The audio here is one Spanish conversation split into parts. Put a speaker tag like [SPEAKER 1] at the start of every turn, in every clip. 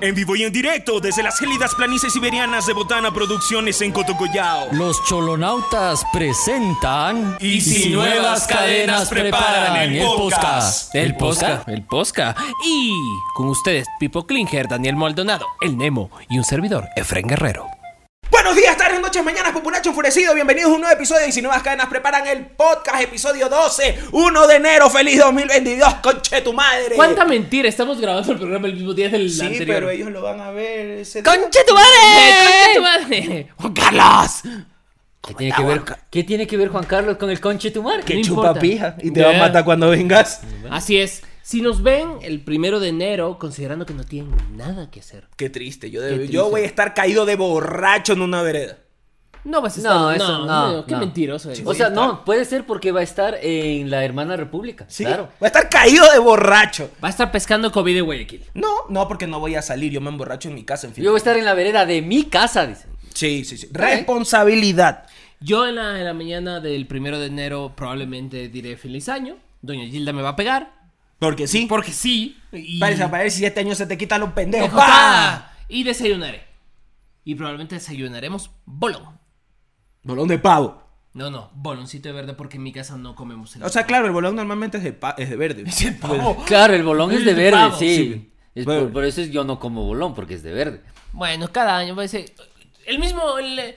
[SPEAKER 1] En vivo y en directo desde las gélidas planicies siberianas de Botana Producciones en Cotocollao.
[SPEAKER 2] Los cholonautas presentan.
[SPEAKER 1] Y si nuevas cadenas preparan el podcast.
[SPEAKER 3] El Posca, el Posca. Y con ustedes, Pipo Klinger, Daniel Maldonado, el Nemo y un servidor, Efren Guerrero.
[SPEAKER 4] Buenos días, tardes, noches, mañanas, populacho enfurecido. Bienvenidos a un nuevo episodio de Y Si Nuevas Cadenas Preparan el Podcast, episodio 12, 1 de enero. Feliz 2022, conche tu madre.
[SPEAKER 3] ¿Cuánta mentira? Estamos grabando el programa el mismo día del
[SPEAKER 4] Sí,
[SPEAKER 3] anterior.
[SPEAKER 4] pero ellos lo van a ver. Ese
[SPEAKER 3] ¡Concha tu
[SPEAKER 2] ¡Eh!
[SPEAKER 3] madre! ¡Concha tu madre! ¡Juan Carlos!
[SPEAKER 2] ¿Qué tiene, que ver, Ah, ¿Qué tiene que ver Juan Carlos con el conche tumar?
[SPEAKER 3] ¿Qué?
[SPEAKER 2] No
[SPEAKER 4] Que
[SPEAKER 3] no
[SPEAKER 4] chupa
[SPEAKER 3] importa.
[SPEAKER 4] pija y te
[SPEAKER 3] Yeah.
[SPEAKER 4] va a matar cuando vengas.
[SPEAKER 3] Así es. Si nos ven el primero de enero, considerando que no tienen nada que hacer,
[SPEAKER 4] Qué triste, yo, de-
[SPEAKER 3] Qué triste.
[SPEAKER 4] yo voy a estar caído de borracho en una vereda.
[SPEAKER 3] no vas a estar.
[SPEAKER 2] No, eso no,
[SPEAKER 3] qué
[SPEAKER 2] no.
[SPEAKER 3] mentiroso eres.
[SPEAKER 2] importa. O sea, no, puede ser porque va a estar en la hermana república.
[SPEAKER 4] ¿Sí?
[SPEAKER 2] Claro.
[SPEAKER 4] Voy a estar caído de borracho.
[SPEAKER 3] va a estar pescando COVID de Guayaquil.
[SPEAKER 4] No, no, porque no voy a salir, yo me emborracho en mi casa, en fin.
[SPEAKER 2] Yo voy a estar en la vereda de mi casa, dice.
[SPEAKER 4] Sí, sí, sí. Responsabilidad.
[SPEAKER 3] Yo en la, en la mañana del primero de enero probablemente diré feliz año. Doña Gilda me va a pegar.
[SPEAKER 4] Porque sí.
[SPEAKER 3] Porque sí. Y...
[SPEAKER 4] Parece, para ver si este año se te quitan los pendejos. ¡Pah!
[SPEAKER 3] ¡Ejotada! Y desayunaré. Y probablemente desayunaremos bolón.
[SPEAKER 4] Bolón de pavo.
[SPEAKER 3] No, no, boloncito de verde porque en mi casa no comemos el
[SPEAKER 4] O sea, pues, claro, el bolón normalmente es de, pa- es de verde.
[SPEAKER 3] Es el pavo.
[SPEAKER 2] Claro, el bolón es de
[SPEAKER 3] El
[SPEAKER 2] verde,
[SPEAKER 3] pavo,
[SPEAKER 2] sí.
[SPEAKER 4] sí.
[SPEAKER 2] Es
[SPEAKER 4] Verde.
[SPEAKER 2] por, por eso es- yo no como bolón, porque es de verde.
[SPEAKER 3] Bueno, cada año va a ser el mismo el, eh,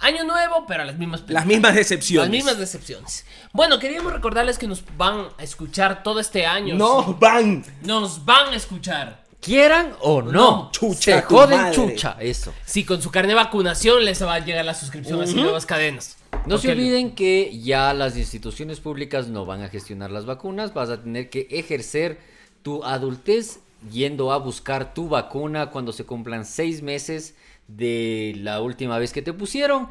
[SPEAKER 3] año nuevo, pero las mismas
[SPEAKER 4] Las mismas
[SPEAKER 3] las
[SPEAKER 4] decepciones.
[SPEAKER 3] mismas decepciones. Bueno, queríamos recordarles que nos van a escuchar todo este año.
[SPEAKER 4] No, van.
[SPEAKER 3] nos van a escuchar.
[SPEAKER 2] Quieran o no,
[SPEAKER 4] chucha
[SPEAKER 2] se
[SPEAKER 4] tu
[SPEAKER 2] joden
[SPEAKER 4] madre.
[SPEAKER 2] chucha, eso.
[SPEAKER 3] Si con su carne de vacunación les va a llegar la suscripción a sus nuevas cadenas.
[SPEAKER 2] No se
[SPEAKER 3] Porque-
[SPEAKER 2] olviden que ya las instituciones públicas no van a gestionar las vacunas, vas a tener que ejercer tu adultez yendo a buscar tu vacuna cuando se cumplan seis meses de la última vez que te pusieron.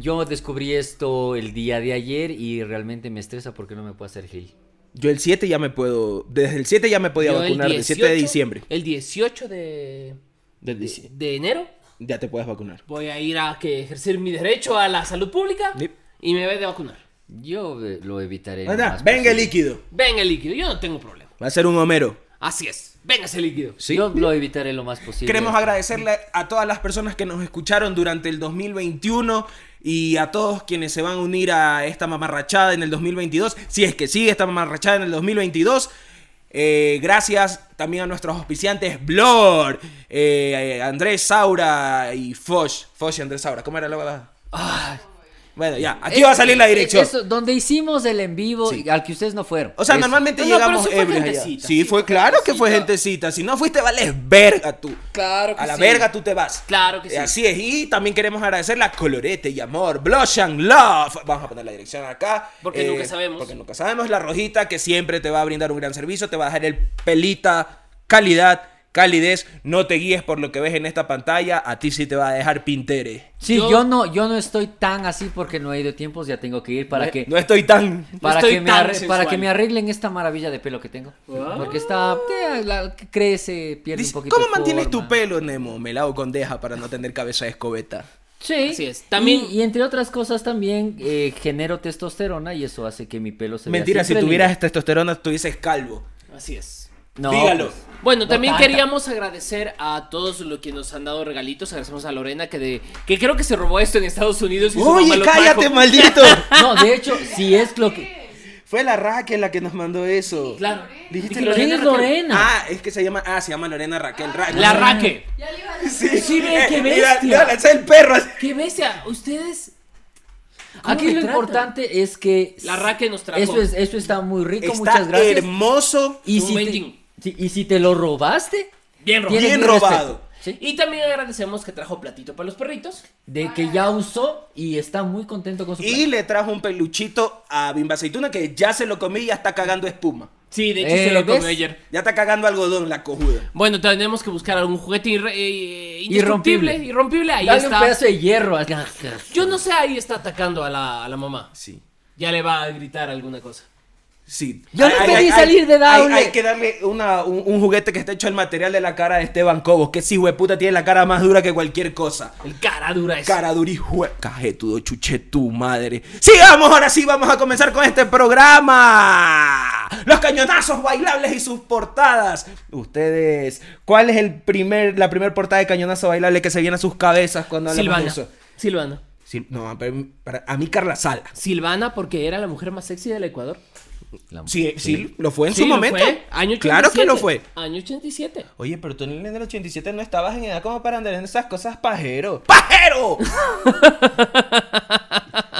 [SPEAKER 2] Yo descubrí esto el día de ayer y realmente me estresa porque no me puedo hacer gil.
[SPEAKER 4] Yo el 7 ya me puedo. Desde el 7 ya me podía
[SPEAKER 3] Yo el
[SPEAKER 4] vacunar. El 7 de
[SPEAKER 3] 18,
[SPEAKER 4] diciembre.
[SPEAKER 3] El 18 de,
[SPEAKER 4] Del
[SPEAKER 3] de,
[SPEAKER 4] dici-
[SPEAKER 3] de enero
[SPEAKER 4] Ya te puedes vacunar.
[SPEAKER 3] voy a ir a que ejercer mi derecho a la salud pública
[SPEAKER 4] Yep.
[SPEAKER 3] y me voy a vacunar.
[SPEAKER 2] Yo eh, lo evitaré. lo
[SPEAKER 4] Anda,
[SPEAKER 2] más
[SPEAKER 4] venga el
[SPEAKER 2] posible.
[SPEAKER 4] líquido.
[SPEAKER 3] Venga el líquido, yo no tengo problema.
[SPEAKER 4] Va a ser un Homero.
[SPEAKER 3] Así es, venga ese líquido.
[SPEAKER 2] Yo lo evitaré lo más posible.
[SPEAKER 4] Queremos agradecerle a todas las personas que nos escucharon durante el 2021 y a todos quienes se van a unir a esta mamarrachada en el 2022. Si es que sigue esta mamarrachada en el 2022. Eh, gracias también a nuestros auspiciantes Blor, eh, Andrés Saura y Fosh. Fosh y Andrés Saura. ¿Cómo era la verdad? Bueno, ya. Aquí va a salir la
[SPEAKER 2] Ah. Eh, eh,
[SPEAKER 4] dirección.
[SPEAKER 2] eso, donde hicimos el en vivo
[SPEAKER 4] Sí.
[SPEAKER 2] y al que ustedes no fueron.
[SPEAKER 4] O sea,
[SPEAKER 2] Eso.
[SPEAKER 4] normalmente
[SPEAKER 3] No, no,
[SPEAKER 4] llegamos
[SPEAKER 3] pero sí fue
[SPEAKER 4] ebrios allá.
[SPEAKER 3] gentecita,
[SPEAKER 4] Sí,
[SPEAKER 3] sí,
[SPEAKER 4] fue
[SPEAKER 3] fue
[SPEAKER 4] claro que fue
[SPEAKER 3] gentecita.
[SPEAKER 4] gentecita. Si no fuiste, vales verga tú.
[SPEAKER 3] Claro que
[SPEAKER 4] A la
[SPEAKER 3] sí.
[SPEAKER 4] verga tú te vas.
[SPEAKER 3] Claro que
[SPEAKER 4] Eh,
[SPEAKER 3] sí.
[SPEAKER 4] Así es. Y también queremos agradecerle a Colorete y Amor, Blush and Love. Vamos a poner la dirección acá. Eh,
[SPEAKER 3] Porque nunca sabemos.
[SPEAKER 4] Porque nunca sabemos. La rojita que siempre te va a brindar un gran servicio, te va a dejar el pelita, calidad, calidez. No te guíes por lo que ves en esta pantalla. A ti sí te va a dejar pintere.
[SPEAKER 2] Sí,
[SPEAKER 3] Yo-
[SPEAKER 2] yo, no, yo no estoy tan así porque no he ido tiempos, ya tengo que ir para
[SPEAKER 4] No-
[SPEAKER 2] que
[SPEAKER 4] No estoy tan.
[SPEAKER 2] para
[SPEAKER 3] estoy
[SPEAKER 2] que me
[SPEAKER 3] tan
[SPEAKER 2] arre-
[SPEAKER 3] sensual.
[SPEAKER 2] para que me arreglen esta maravilla de pelo que tengo, porque está te- la- crece, pierde
[SPEAKER 4] Dice,
[SPEAKER 2] un poquito.
[SPEAKER 4] ¿Cómo
[SPEAKER 2] de
[SPEAKER 4] mantienes tu
[SPEAKER 2] forma".
[SPEAKER 4] pelo, Nemo? Melado con deja para no tener cabeza de escobeta.
[SPEAKER 2] Sí.
[SPEAKER 3] Así es. También-
[SPEAKER 2] Y, y entre otras cosas también eh, genero testosterona y eso hace que mi pelo se vea
[SPEAKER 4] Mentira, si
[SPEAKER 2] siempre
[SPEAKER 4] tuvieras
[SPEAKER 2] lindo.
[SPEAKER 4] testosterona estuvieses calvo.
[SPEAKER 3] Así es.
[SPEAKER 2] No,
[SPEAKER 4] Dígalo.
[SPEAKER 2] pues,
[SPEAKER 3] Bueno,
[SPEAKER 2] No
[SPEAKER 3] también
[SPEAKER 2] tanta.
[SPEAKER 3] queríamos agradecer a todos los que nos han dado regalitos. Agradecemos a Lorena que de que creo que se robó esto en Estados Unidos. y su mamá
[SPEAKER 4] Oye,
[SPEAKER 3] lo
[SPEAKER 4] cállate,
[SPEAKER 3] trajo.
[SPEAKER 4] maldito.
[SPEAKER 2] No, de hecho, si es lo que
[SPEAKER 4] Fue la Raquel la que nos mandó eso.
[SPEAKER 3] Claro.
[SPEAKER 4] Dijiste
[SPEAKER 3] Dije,
[SPEAKER 4] Lorena.
[SPEAKER 2] ¿Quién es
[SPEAKER 3] Raquel.
[SPEAKER 2] Lorena?
[SPEAKER 4] Ah, es que se llama. Ah, se llama Lorena Raquel. Ra-
[SPEAKER 3] La Raque.
[SPEAKER 4] Sí,
[SPEAKER 3] Sí, ve, qué
[SPEAKER 4] Eh,
[SPEAKER 3] bestia.
[SPEAKER 4] Mira, mira, es el perro.
[SPEAKER 3] Qué bestia, ustedes. ¿Cómo
[SPEAKER 2] aquí
[SPEAKER 3] me
[SPEAKER 2] lo
[SPEAKER 3] tratan?
[SPEAKER 2] importante es que
[SPEAKER 3] La raque nos trajo.
[SPEAKER 2] Eso es eso está muy rico,
[SPEAKER 4] Está
[SPEAKER 2] muchas gracias.
[SPEAKER 4] hermoso.
[SPEAKER 2] Y
[SPEAKER 3] Un
[SPEAKER 2] si, te,
[SPEAKER 3] Beijing.
[SPEAKER 2] si- y si te lo robaste,
[SPEAKER 3] Bien robado.
[SPEAKER 2] tienes
[SPEAKER 4] Bien
[SPEAKER 2] mi
[SPEAKER 4] robado.
[SPEAKER 2] respeto, ¿sí?
[SPEAKER 3] Y también agradecemos que trajo platito para los perritos.
[SPEAKER 2] De que ya usó y está muy contento con su
[SPEAKER 4] Y le trajo un peluchito a Bimba Aceituna que ya se lo comí y ya está cagando espuma.
[SPEAKER 3] Sí, de hecho
[SPEAKER 2] hecho,
[SPEAKER 3] se
[SPEAKER 2] se
[SPEAKER 3] lo
[SPEAKER 2] lo
[SPEAKER 3] comió
[SPEAKER 2] comió
[SPEAKER 3] ayer.
[SPEAKER 4] Ya está cagando algodón la cojuda.
[SPEAKER 3] Bueno, tenemos que buscar algún juguete irre- eh,
[SPEAKER 2] Irrompible.
[SPEAKER 3] indestructible, irrompible. Ahí
[SPEAKER 2] Dale un
[SPEAKER 3] está.
[SPEAKER 2] pedazo de hierro. a-
[SPEAKER 3] Yo no sé, ahí está atacando a la, a la mamá.
[SPEAKER 4] Sí.
[SPEAKER 3] Ya le va a gritar alguna cosa.
[SPEAKER 4] Sí.
[SPEAKER 2] Yo no pedí salir de
[SPEAKER 4] Down.
[SPEAKER 2] Downey.
[SPEAKER 4] Hay, que darle una, un, un juguete que está hecho al material de la cara de Esteban Cobos. Que si puta tiene la cara más dura que cualquier cosa.
[SPEAKER 3] El cara dura es.
[SPEAKER 4] Cara dura y jue... Cajetudo, chuche tu madre. Sigamos, ahora sí, vamos a comenzar con este programa. Los cañonazos bailables y sus portadas. Ustedes, ¿cuál es el primer, la primera portada de cañonazo bailable que se viene a sus cabezas cuando hablamos de
[SPEAKER 3] Silvana.
[SPEAKER 4] eso?
[SPEAKER 3] Silvana.
[SPEAKER 4] Sil- no, pero para- a mí Carla Sala.
[SPEAKER 3] Silvana porque era la mujer más sexy del Ecuador.
[SPEAKER 2] La-
[SPEAKER 4] Sí, eh, sí, lo fue en
[SPEAKER 3] Sí,
[SPEAKER 4] su
[SPEAKER 3] lo
[SPEAKER 4] momento.
[SPEAKER 3] fue. Año 87.
[SPEAKER 4] Claro que lo fue.
[SPEAKER 3] Año 87.
[SPEAKER 4] Oye, pero tú en el 87 no estabas en edad como para andar en esas cosas pajero. ¡Pajero!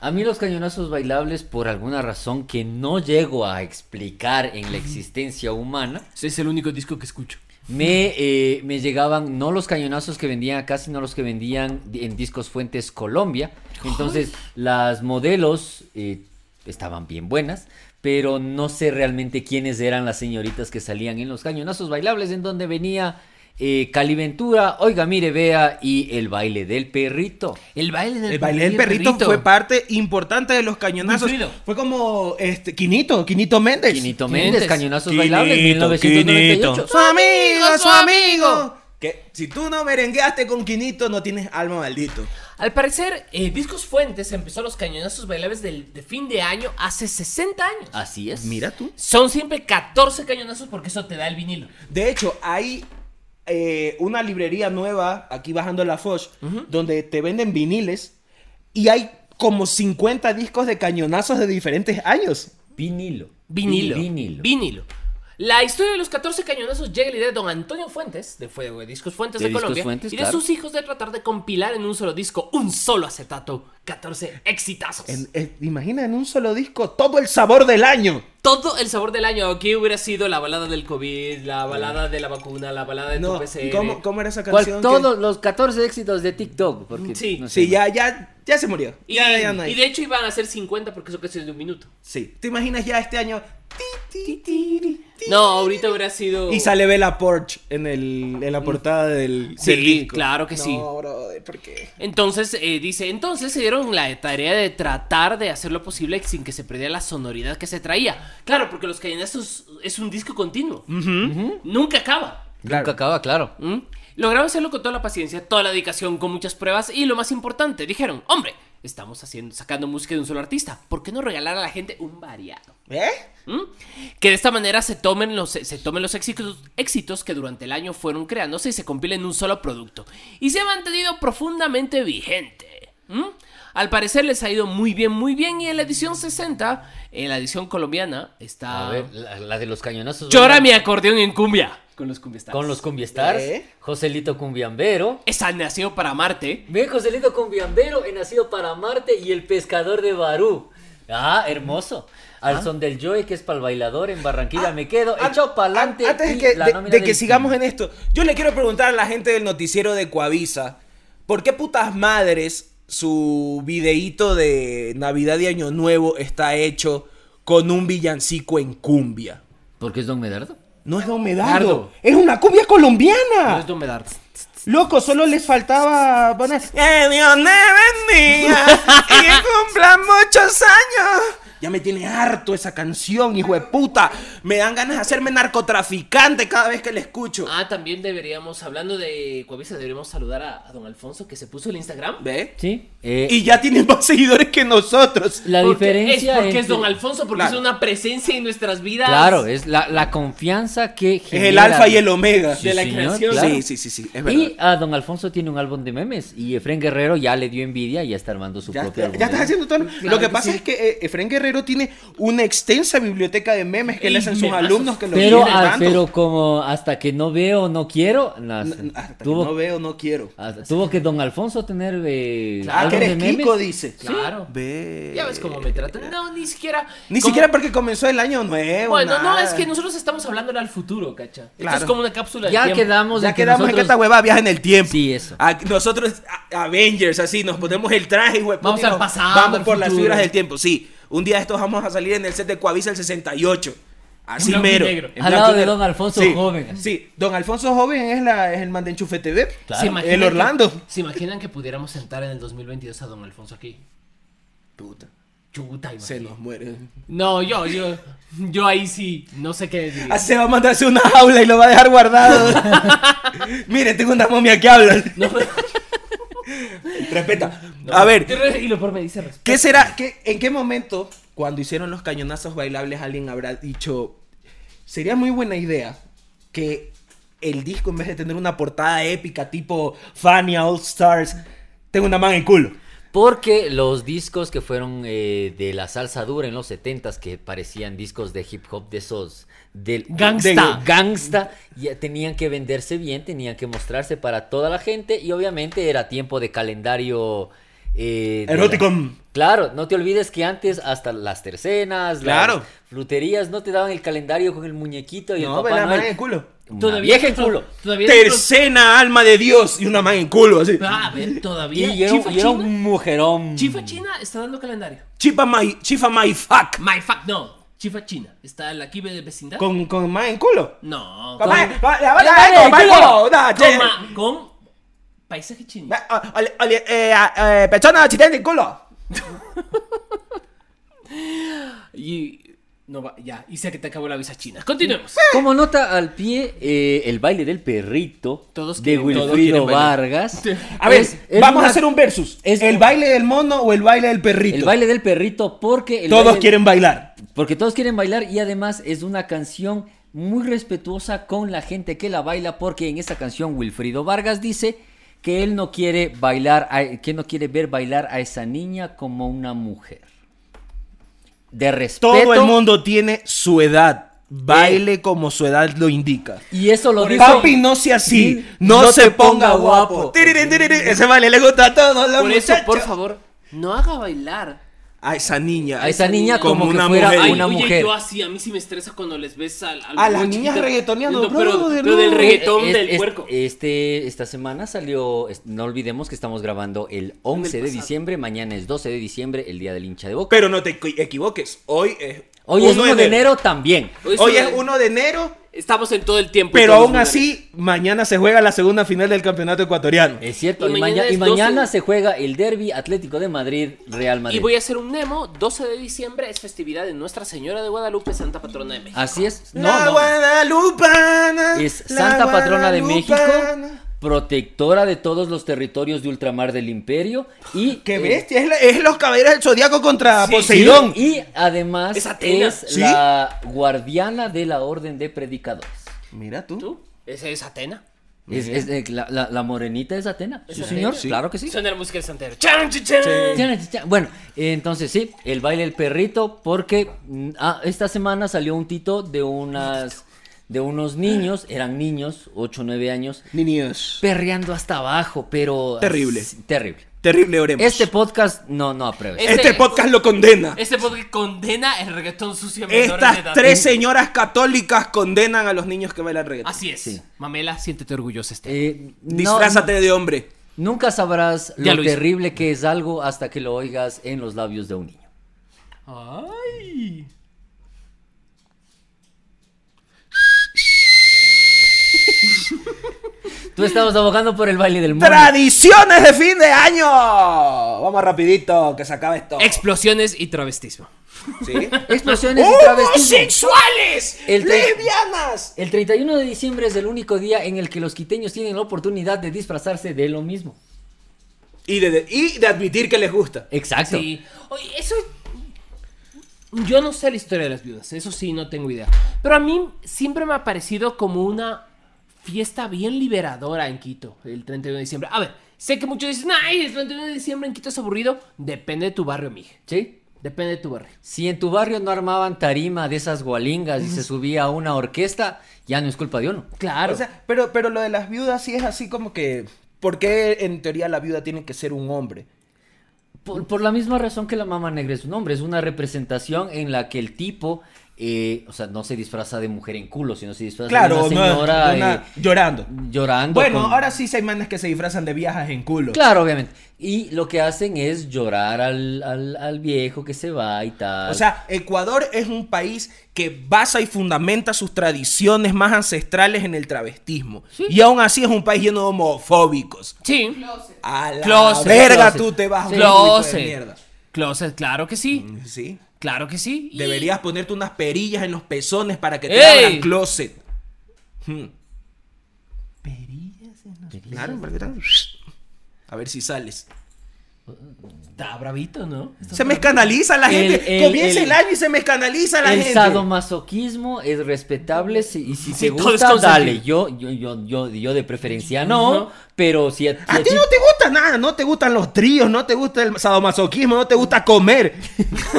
[SPEAKER 2] A mí los cañonazos bailables, por alguna razón que no llego a explicar en la existencia humana,
[SPEAKER 3] Ese es el único disco que escucho.
[SPEAKER 2] me, eh, me llegaban no los cañonazos que vendían acá, sino los que vendían di- en Discos Fuentes Colombia. Entonces, las modelos eh, estaban bien buenas, pero no sé realmente quiénes eran las señoritas que salían en los cañonazos bailables, en donde venía eh, Caliventura, Oiga, mire, vea, y el baile del perrito.
[SPEAKER 3] El baile del,
[SPEAKER 4] El baile del perrito, fue parte importante de los cañonazos.
[SPEAKER 3] Wilfrido.
[SPEAKER 4] Fue como este Quinito, Quinito Méndez.
[SPEAKER 2] Quinito
[SPEAKER 3] Quinientes.
[SPEAKER 2] Méndez, cañonazos
[SPEAKER 4] Quinito,
[SPEAKER 2] bailables, 1998.
[SPEAKER 4] Quinito. Su amigo, su amigo. Que si tú no merengueaste con Quinito, no tienes alma maldito.
[SPEAKER 3] Al parecer, eh, Discos Fuentes empezó los cañonazos bailables del, de fin de año hace 60 años.
[SPEAKER 2] Así es.
[SPEAKER 4] Mira tú.
[SPEAKER 3] Son siempre 14 cañonazos porque eso te da el vinilo.
[SPEAKER 4] De hecho, hay eh, una librería nueva, aquí bajando la Foch, donde te venden viniles y hay como 50 discos de cañonazos de diferentes años.
[SPEAKER 2] Vinilo.
[SPEAKER 3] Vinilo.
[SPEAKER 2] Vinilo.
[SPEAKER 3] Vinilo. La historia de los 14 cañonazos llega a la idea de don Antonio Fuentes, de, fue- de Discos Fuentes
[SPEAKER 2] De
[SPEAKER 3] de,
[SPEAKER 2] Discos
[SPEAKER 3] Colombia,
[SPEAKER 2] Fuentes,
[SPEAKER 3] y de
[SPEAKER 2] claro.
[SPEAKER 3] sus hijos de tratar de compilar en un solo disco, un solo acetato, 14 exitazos.
[SPEAKER 4] En- en- imagina en un solo disco todo el sabor del año.
[SPEAKER 3] Todo el sabor del año. Aquí hubiera sido la balada del COVID, la
[SPEAKER 2] Eh.
[SPEAKER 3] balada de la vacuna, la balada de
[SPEAKER 4] No,
[SPEAKER 3] tu PCR.
[SPEAKER 4] ¿cómo, cómo era esa
[SPEAKER 2] ¿Cuál?
[SPEAKER 4] canción? que-
[SPEAKER 2] todos los 14 éxitos de TikTok. Porque,
[SPEAKER 3] Sí.
[SPEAKER 2] no sé,
[SPEAKER 4] Sí, ya, ya, ya se murió.
[SPEAKER 3] Y,
[SPEAKER 4] ya, ya no hay.
[SPEAKER 3] y de hecho iban a ser 50 porque eso casi es de un minuto.
[SPEAKER 4] Sí. ¿Te imaginas ya este año? Ti, ti, ti, ti, ti.
[SPEAKER 3] No, ahorita hubiera sido.
[SPEAKER 4] Y sale Bella Porch en, el, en la portada del,
[SPEAKER 3] Sí,
[SPEAKER 4] del disco.
[SPEAKER 3] claro que sí.
[SPEAKER 4] No, brother, ¿por qué?
[SPEAKER 3] Entonces, eh, dice, entonces se dieron la tarea de tratar de hacer lo posible sin que se perdiera la sonoridad que se traía. Claro, porque Los Cañonazos es un disco continuo. Nunca acaba.
[SPEAKER 2] Nunca acaba, claro.
[SPEAKER 3] ¿Mm? Lograron hacerlo con toda la paciencia, toda la dedicación, con muchas pruebas y lo más importante, dijeron, hombre, estamos haciendo, sacando música de un solo artista, ¿por qué no regalar a la gente un variado?
[SPEAKER 4] ¿Eh?
[SPEAKER 3] ¿Mm? Que de esta manera se tomen los, se tomen los éxitos, éxitos que durante el año fueron creándose y se compilen en un solo producto. Y se ha mantenido profundamente vigente. ¿Mm? Al parecer les ha ido muy bien, muy bien. Y en la edición 60, en la edición colombiana, está...
[SPEAKER 2] A ver, la, la de los cañonazos.
[SPEAKER 3] Llora
[SPEAKER 2] ¿verdad?
[SPEAKER 3] mi acordeón en cumbia. Con los cumbiastars.
[SPEAKER 2] Con los cumbiestars.
[SPEAKER 4] ¿Eh?
[SPEAKER 2] Joselito Cumbiambero.
[SPEAKER 3] Esa nació para Marte.
[SPEAKER 2] Ve, Joselito Cumbiambero, he nacido para Marte y el pescador de Barú. Ah, hermoso. Al son del Joey, que es para el bailador, en Barranquilla me quedo.
[SPEAKER 4] An-
[SPEAKER 2] Hecho para adelante.
[SPEAKER 4] an- Ah, Antes de que, de- de que sigamos en esto, yo le quiero preguntar a la gente del noticiero de Coavisa, ¿por qué putas madres su videíto de Navidad y Año Nuevo está hecho con un villancico en cumbia?
[SPEAKER 2] Porque es Don Medardo.
[SPEAKER 4] No es Don Medardo,
[SPEAKER 3] Medardo.
[SPEAKER 4] es una cumbia
[SPEAKER 3] No
[SPEAKER 4] colombiana.
[SPEAKER 3] Ah, es Don Medardo.
[SPEAKER 4] Loco, solo les faltaba poner. Que Dios te bendiga y que cumplan muchos años. Ya me tiene harto esa canción, hijo de puta. Me dan ganas de hacerme narcotraficante cada vez que la escucho.
[SPEAKER 3] Ah, también deberíamos, hablando de Coavisa, deberíamos saludar a, a don Alfonso que se puso el Instagram.
[SPEAKER 4] ¿Ve?
[SPEAKER 2] Sí. eh,
[SPEAKER 4] Y ya tiene más seguidores que nosotros.
[SPEAKER 2] la
[SPEAKER 3] Porque
[SPEAKER 2] diferencia.
[SPEAKER 3] es porque es
[SPEAKER 2] entre-
[SPEAKER 3] don Alfonso, porque
[SPEAKER 4] Claro.
[SPEAKER 3] es una presencia en nuestras vidas.
[SPEAKER 2] Claro, es la, la confianza que
[SPEAKER 4] Es
[SPEAKER 2] genera.
[SPEAKER 4] el alfa y el omega.
[SPEAKER 2] Sí,
[SPEAKER 3] de la
[SPEAKER 2] señor,
[SPEAKER 3] creación.
[SPEAKER 2] claro.
[SPEAKER 4] Sí, sí, sí, sí, es verdad.
[SPEAKER 2] Y a Don Alfonso tiene un álbum de memes y Efren Guerrero ya le dio envidia y ya está armando su
[SPEAKER 4] Ya,
[SPEAKER 2] propio
[SPEAKER 4] ya
[SPEAKER 2] álbum. de
[SPEAKER 4] estás
[SPEAKER 2] memes.
[SPEAKER 4] haciendo todo. lo-
[SPEAKER 3] Claro
[SPEAKER 4] lo que
[SPEAKER 3] que
[SPEAKER 4] pasa
[SPEAKER 3] sí.
[SPEAKER 4] es que eh, Efraín Guerrero tiene una extensa biblioteca de memes que le
[SPEAKER 3] Y
[SPEAKER 4] hacen sus
[SPEAKER 3] memazos.
[SPEAKER 4] alumnos que lo
[SPEAKER 2] Pero,
[SPEAKER 4] quieren
[SPEAKER 2] ah,
[SPEAKER 4] tanto.
[SPEAKER 2] pero como hasta que no veo, no quiero, las-
[SPEAKER 4] Ah, Hasta que
[SPEAKER 2] tuvo,
[SPEAKER 4] no veo, no quiero.
[SPEAKER 2] ah, tuvo que Don Alfonso tener eh,
[SPEAKER 4] Ah, que
[SPEAKER 2] álbum de
[SPEAKER 4] eres
[SPEAKER 2] memes.
[SPEAKER 4] Kiko, dice.
[SPEAKER 3] Claro.
[SPEAKER 4] Ve.
[SPEAKER 3] Ya ves cómo me tratan. No, ni siquiera.
[SPEAKER 4] Eh, Ni
[SPEAKER 3] como-
[SPEAKER 4] siquiera porque comenzó el año nuevo.
[SPEAKER 3] Bueno, no,
[SPEAKER 4] nada.
[SPEAKER 3] es que nosotros estamos hablando al futuro, cacha. Esto
[SPEAKER 4] Claro.
[SPEAKER 3] es como una cápsula
[SPEAKER 2] Ya
[SPEAKER 3] del tiempo.
[SPEAKER 2] quedamos,
[SPEAKER 4] Ya
[SPEAKER 2] en que
[SPEAKER 4] quedamos en que esta
[SPEAKER 2] nosotros-
[SPEAKER 4] hueva viaja en el tiempo.
[SPEAKER 2] Sí, eso.
[SPEAKER 4] A- nosotros, a- Avengers, así, nos ponemos el traje, hueputa,
[SPEAKER 3] Vamos
[SPEAKER 4] y
[SPEAKER 3] al
[SPEAKER 4] nos-
[SPEAKER 3] pasado,
[SPEAKER 4] Vamos
[SPEAKER 3] al
[SPEAKER 4] por las
[SPEAKER 3] futuro.
[SPEAKER 4] fibras del tiempo, sí. Un día de estos vamos a salir en el set de Coavisa el 68. Así
[SPEAKER 3] En blanco y
[SPEAKER 4] mero.
[SPEAKER 3] negro.
[SPEAKER 4] En
[SPEAKER 2] Al
[SPEAKER 4] blanco
[SPEAKER 2] lado
[SPEAKER 4] y
[SPEAKER 2] de
[SPEAKER 4] negro.
[SPEAKER 2] Don Alfonso
[SPEAKER 4] Sí,
[SPEAKER 2] Joven.
[SPEAKER 4] Sí, Don Alfonso Joven es, la, es el man de Enchufe TV.
[SPEAKER 2] Claro.
[SPEAKER 3] ¿Se
[SPEAKER 2] El
[SPEAKER 3] imaginan
[SPEAKER 4] El Orlando.
[SPEAKER 3] que- ¿Se imaginan que pudiéramos sentar en el 2022 a don Alfonso aquí?
[SPEAKER 4] Puta,
[SPEAKER 3] Chuta,
[SPEAKER 4] se
[SPEAKER 3] imagínate.
[SPEAKER 4] nos muere.
[SPEAKER 3] No, yo, yo, yo ahí sí, no sé qué decir.
[SPEAKER 4] Ah, se va a mandarse una jaula y lo va a dejar guardado. Mire, tengo una momia que habla.
[SPEAKER 3] No,
[SPEAKER 4] Respeta. A ver,
[SPEAKER 3] Y lo peor me dice respeto.
[SPEAKER 4] ¿qué será? ¿Qué- ¿En qué momento, cuando hicieron los cañonazos bailables, alguien habrá dicho, sería muy buena idea que el disco, en vez de tener una portada épica tipo Fania All Stars, tenga una man en culo?
[SPEAKER 2] Porque los discos que fueron eh, de la salsa dura en los 70s, que parecían discos de hip hop de esos, del
[SPEAKER 3] Gangsta.
[SPEAKER 2] de gangsta, ya tenían que venderse bien, tenían que mostrarse para toda la gente y obviamente era tiempo de calendario. eh, de la-
[SPEAKER 4] Eroticon.
[SPEAKER 2] Claro, no te olvides que antes hasta las tercenas,
[SPEAKER 4] Claro.
[SPEAKER 2] las fruterías no te daban el calendario con el muñequito y
[SPEAKER 4] No,
[SPEAKER 2] el
[SPEAKER 4] la
[SPEAKER 2] papá
[SPEAKER 4] man en
[SPEAKER 2] Noel.
[SPEAKER 4] culo.
[SPEAKER 2] Una
[SPEAKER 3] Todavía
[SPEAKER 2] vieja en
[SPEAKER 3] nuestro-
[SPEAKER 2] culo.
[SPEAKER 3] Todavía nuestro-
[SPEAKER 4] Tercena alma de Dios y una man en culo, así.
[SPEAKER 3] Ah, a ver, todavía.
[SPEAKER 2] Y era,
[SPEAKER 3] Chifa,
[SPEAKER 2] un- y era
[SPEAKER 3] China-
[SPEAKER 2] un
[SPEAKER 4] mm.
[SPEAKER 2] mujerón.
[SPEAKER 3] Chifa China está dando calendario.
[SPEAKER 4] Chifa my, chifa my fuck.
[SPEAKER 2] Ah.
[SPEAKER 3] My fuck, no. Chifa China. Está en la aquí de vecindad.
[SPEAKER 4] Con, con man en culo. Con
[SPEAKER 3] No. con-
[SPEAKER 4] man- con- la- la-
[SPEAKER 2] Ya,
[SPEAKER 4] la-
[SPEAKER 2] dale,
[SPEAKER 4] con man en
[SPEAKER 2] culo.
[SPEAKER 4] culo. Nah, che.
[SPEAKER 3] con, ma- con paisaje chino.
[SPEAKER 4] Ma- ah, ole- ole- eh, ah, eh, Persona chitente en culo.
[SPEAKER 3] Y. No va, ya, y sé que te acabó la visa china. Continuemos.
[SPEAKER 2] Como nota al pie, eh, el baile del perrito
[SPEAKER 3] Todos
[SPEAKER 2] de
[SPEAKER 3] quieren- todos
[SPEAKER 2] Wilfrido
[SPEAKER 3] quieren bailar.
[SPEAKER 2] Vargas.
[SPEAKER 4] A ver,
[SPEAKER 2] es- es
[SPEAKER 4] vamos
[SPEAKER 2] una-
[SPEAKER 4] a hacer un versus.
[SPEAKER 2] es
[SPEAKER 4] ¿El
[SPEAKER 2] una-
[SPEAKER 4] baile del mono o el baile del perrito?
[SPEAKER 2] El baile del perrito porque... el
[SPEAKER 4] Todos
[SPEAKER 2] baile-
[SPEAKER 4] quieren bailar.
[SPEAKER 2] Porque todos quieren bailar y además es una canción muy respetuosa con la gente que la baila porque en esta canción Wilfrido Vargas dice que él no quiere bailar, a- que no quiere ver bailar a esa niña como una mujer. De respeto.
[SPEAKER 4] Todo el mundo tiene su edad. Baile como su edad lo indica.
[SPEAKER 2] Y Eh. eso lo dice...
[SPEAKER 4] Papi, no sea así. No, se ponga, guapo. Tiririn, tiririn. Ese baile le gusta a todos los
[SPEAKER 3] Por eso,
[SPEAKER 4] muchachos.
[SPEAKER 3] por favor, no haga bailar.
[SPEAKER 4] A esa niña.
[SPEAKER 2] A esa niña
[SPEAKER 4] Como
[SPEAKER 2] como, que
[SPEAKER 4] una
[SPEAKER 2] fuera
[SPEAKER 4] mujer.
[SPEAKER 3] Ay,
[SPEAKER 2] una
[SPEAKER 3] oye,
[SPEAKER 2] mujer.
[SPEAKER 3] yo así, a mí sí me estresa cuando les ves al, al
[SPEAKER 4] A las
[SPEAKER 3] muy
[SPEAKER 4] niñas
[SPEAKER 3] chiquita.
[SPEAKER 4] reggaetoneando,
[SPEAKER 3] No, pero,
[SPEAKER 4] brother,
[SPEAKER 3] pero del
[SPEAKER 4] no.
[SPEAKER 3] reggaetón
[SPEAKER 2] e- Es-
[SPEAKER 3] del
[SPEAKER 2] es-
[SPEAKER 3] puerco.
[SPEAKER 2] Este, esta semana salió, es- no olvidemos que estamos grabando el 11 de
[SPEAKER 3] pasado.
[SPEAKER 2] diciembre, mañana es 12 de diciembre, el día del hincha de boca.
[SPEAKER 4] Pero no te equi- equivoques. Hoy es.
[SPEAKER 2] Hoy es 1 de enero también.
[SPEAKER 4] Hoy es
[SPEAKER 3] uno
[SPEAKER 4] 1 de enero.
[SPEAKER 3] Estamos en todo el tiempo.
[SPEAKER 4] Pero
[SPEAKER 3] en todos
[SPEAKER 4] aún
[SPEAKER 3] los
[SPEAKER 4] así, mañana se juega la segunda final del campeonato ecuatoriano.
[SPEAKER 2] Es cierto,
[SPEAKER 3] Y
[SPEAKER 2] y,
[SPEAKER 3] mañana
[SPEAKER 2] maña-
[SPEAKER 3] es
[SPEAKER 2] y mañana
[SPEAKER 3] 12.
[SPEAKER 2] se juega el derby Atlético de Madrid, Real
[SPEAKER 3] lugares. Y
[SPEAKER 2] Madrid.
[SPEAKER 3] voy a hacer un Nemo. 12 de diciembre es festividad de Nuestra Señora de Guadalupe, Santa Patrona de México.
[SPEAKER 2] Así es. No,
[SPEAKER 4] la
[SPEAKER 2] no.
[SPEAKER 4] Guadalupana.
[SPEAKER 2] Es
[SPEAKER 4] la
[SPEAKER 2] Santa Patrona de México,
[SPEAKER 4] Guadalupana.
[SPEAKER 2] protectora de todos los territorios de ultramar del imperio y...
[SPEAKER 4] Qué
[SPEAKER 2] eh,
[SPEAKER 4] bestia, es, la- es los caballeros del zodiaco contra Poseidón.
[SPEAKER 2] Y, y además
[SPEAKER 3] Es
[SPEAKER 2] es,
[SPEAKER 3] Atena.
[SPEAKER 4] ¿Sí?
[SPEAKER 2] la guardiana de la orden de predicadores.
[SPEAKER 4] Mira tú.
[SPEAKER 3] ¿Tú? Ese es Atena.
[SPEAKER 2] Es, es- eh, la, la- la morenita es Atena. Sí,
[SPEAKER 3] Atena?
[SPEAKER 2] señor, claro que sí.
[SPEAKER 3] Suena la música del santero. ¡Chan, chan, chan!
[SPEAKER 2] Chan, chan, chan. Bueno, entonces sí, el baile del perrito, porque mm, ah, esta semana salió un tito de unas de unos niños, eran niños, 8 o 9 años,
[SPEAKER 4] Niños.
[SPEAKER 2] perreando hasta abajo, pero
[SPEAKER 4] Terrible.
[SPEAKER 2] así, terrible.
[SPEAKER 4] Terrible oremos.
[SPEAKER 2] Este podcast no no apruebe.
[SPEAKER 3] Es-
[SPEAKER 4] Este
[SPEAKER 3] Este-
[SPEAKER 4] podcast lo condena.
[SPEAKER 3] Este podcast condena el reggaetón sucio a menores de edad.
[SPEAKER 4] Estas tres señoras católicas condenan a los niños que bailan reggaetón.
[SPEAKER 3] Así es.
[SPEAKER 2] Sí.
[SPEAKER 3] Mamela, siéntete orgullosa. Este.
[SPEAKER 2] Eh, no-
[SPEAKER 4] Disfrázate de hombre.
[SPEAKER 2] nunca sabrás
[SPEAKER 3] Ya
[SPEAKER 2] lo,
[SPEAKER 3] lo hice.
[SPEAKER 2] terrible que es algo hasta que lo oigas en los labios de un niño.
[SPEAKER 3] Ay.
[SPEAKER 2] Tú estabas abogando por el baile del mundo.
[SPEAKER 4] Tradiciones de fin de año. Vamos rapidito que se acaba esto.
[SPEAKER 3] Explosiones y travestismo.
[SPEAKER 4] ¿Sí?
[SPEAKER 2] Explosiones
[SPEAKER 4] ¡Oh,
[SPEAKER 2] y travestismo.
[SPEAKER 4] ¡Homosexuales!
[SPEAKER 2] El tra-
[SPEAKER 4] ¡Lesbianas!
[SPEAKER 2] El 31 de diciembre es el único día en el que los quiteños tienen la oportunidad de disfrazarse de lo mismo.
[SPEAKER 4] Y de, de- y de admitir que les gusta.
[SPEAKER 2] Exacto.
[SPEAKER 3] Sí. Oye, eso. Yo no sé la historia de las viudas, eso sí, no tengo idea. Pero a mí siempre me ha parecido como una fiesta bien liberadora en Quito, el 31 de diciembre. A ver, sé que muchos dicen, ay, el 31 de diciembre en Quito es aburrido. Depende de tu barrio, mije.
[SPEAKER 2] ¿Sí?
[SPEAKER 3] Depende de tu barrio.
[SPEAKER 2] Si en tu barrio no armaban tarima de esas gualingas y se subía a una orquesta, ya no es culpa de uno.
[SPEAKER 3] Claro.
[SPEAKER 4] O sea, pero, pero lo de las viudas sí es así como que. ¿Por qué en teoría la viuda tiene que ser un hombre?
[SPEAKER 2] Por, por la misma razón que la mamá negra es un hombre, es una representación en la que el tipo, eh, o sea, no se disfraza de mujer en culo, sino se disfraza de
[SPEAKER 4] Claro,
[SPEAKER 2] una
[SPEAKER 4] no,
[SPEAKER 2] señora
[SPEAKER 4] una-
[SPEAKER 2] eh,
[SPEAKER 4] llorando.
[SPEAKER 2] llorando.
[SPEAKER 4] Bueno,
[SPEAKER 2] con-
[SPEAKER 4] ahora sí se hay manes que se disfrazan de viejas en culo.
[SPEAKER 2] Claro, obviamente. Y lo que hacen es llorar al, al- al viejo que se va y tal.
[SPEAKER 4] O sea, Ecuador es un país que basa y fundamenta sus tradiciones más ancestrales en el travestismo. Y aún así es un país lleno de homofóbicos.
[SPEAKER 3] sí.
[SPEAKER 4] A la
[SPEAKER 3] Closet,
[SPEAKER 4] verga
[SPEAKER 2] closet.
[SPEAKER 4] tú te vas a un
[SPEAKER 3] Sí.
[SPEAKER 4] público de
[SPEAKER 3] Closet.
[SPEAKER 4] mierda.
[SPEAKER 3] Closet, claro que sí.
[SPEAKER 4] Sí.
[SPEAKER 3] Claro que sí. Y-
[SPEAKER 4] Deberías ponerte unas perillas en los pezones para que te
[SPEAKER 3] ¡Ey!
[SPEAKER 4] abran closet. Hmm. Claro, porque te- A ver si sales.
[SPEAKER 3] Está bravito, ¿no?
[SPEAKER 4] Se me escandaliza la
[SPEAKER 2] El-
[SPEAKER 4] gente.
[SPEAKER 2] el-
[SPEAKER 4] Comienza el,
[SPEAKER 2] el-
[SPEAKER 4] año y se me escandaliza la
[SPEAKER 2] el
[SPEAKER 4] gente.
[SPEAKER 2] sadomasoquismo es respetable si- y si
[SPEAKER 3] Sí,
[SPEAKER 2] te
[SPEAKER 3] todo es
[SPEAKER 2] gusta, dale.
[SPEAKER 3] consentido.
[SPEAKER 2] Yo, yo, yo, yo, yo de preferencia no,
[SPEAKER 3] No.
[SPEAKER 2] pero si a, si
[SPEAKER 4] A ti no te gusta nada, no te gustan los tríos, no te gusta el sadomasoquismo, no te gusta comer.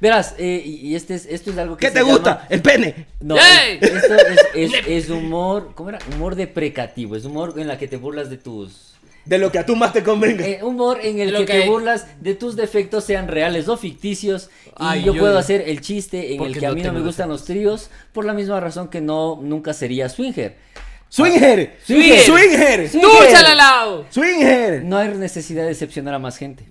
[SPEAKER 2] Verás, eh, y y este es, esto es algo que
[SPEAKER 4] ¿Qué
[SPEAKER 2] se
[SPEAKER 4] te
[SPEAKER 2] llama-
[SPEAKER 4] gusta? El pene.
[SPEAKER 2] No,
[SPEAKER 3] ¡Ey!
[SPEAKER 2] es- esto es, es- es humor, ¿cómo era? Humor deprecativo, es humor en la que te burlas de tus...
[SPEAKER 4] De lo que a tú más te convenga.
[SPEAKER 2] eh, humor en el
[SPEAKER 3] Lo
[SPEAKER 2] que,
[SPEAKER 3] que-
[SPEAKER 2] te burlas de tus defectos, sean reales o ficticios, y
[SPEAKER 3] Ay,
[SPEAKER 2] yo,
[SPEAKER 3] yo-
[SPEAKER 2] puedo hacer el chiste en el
[SPEAKER 3] Porque
[SPEAKER 2] que a
[SPEAKER 3] no
[SPEAKER 2] mí no
[SPEAKER 3] tengo
[SPEAKER 2] me gustan los tríos, por la misma razón que no, nunca sería swinger.
[SPEAKER 4] Swinger.
[SPEAKER 3] Swinger.
[SPEAKER 4] Swinger.
[SPEAKER 2] Sí.
[SPEAKER 3] ¡Dúchala al lado!
[SPEAKER 4] Swinger.
[SPEAKER 2] No hay necesidad de decepcionar a más gente.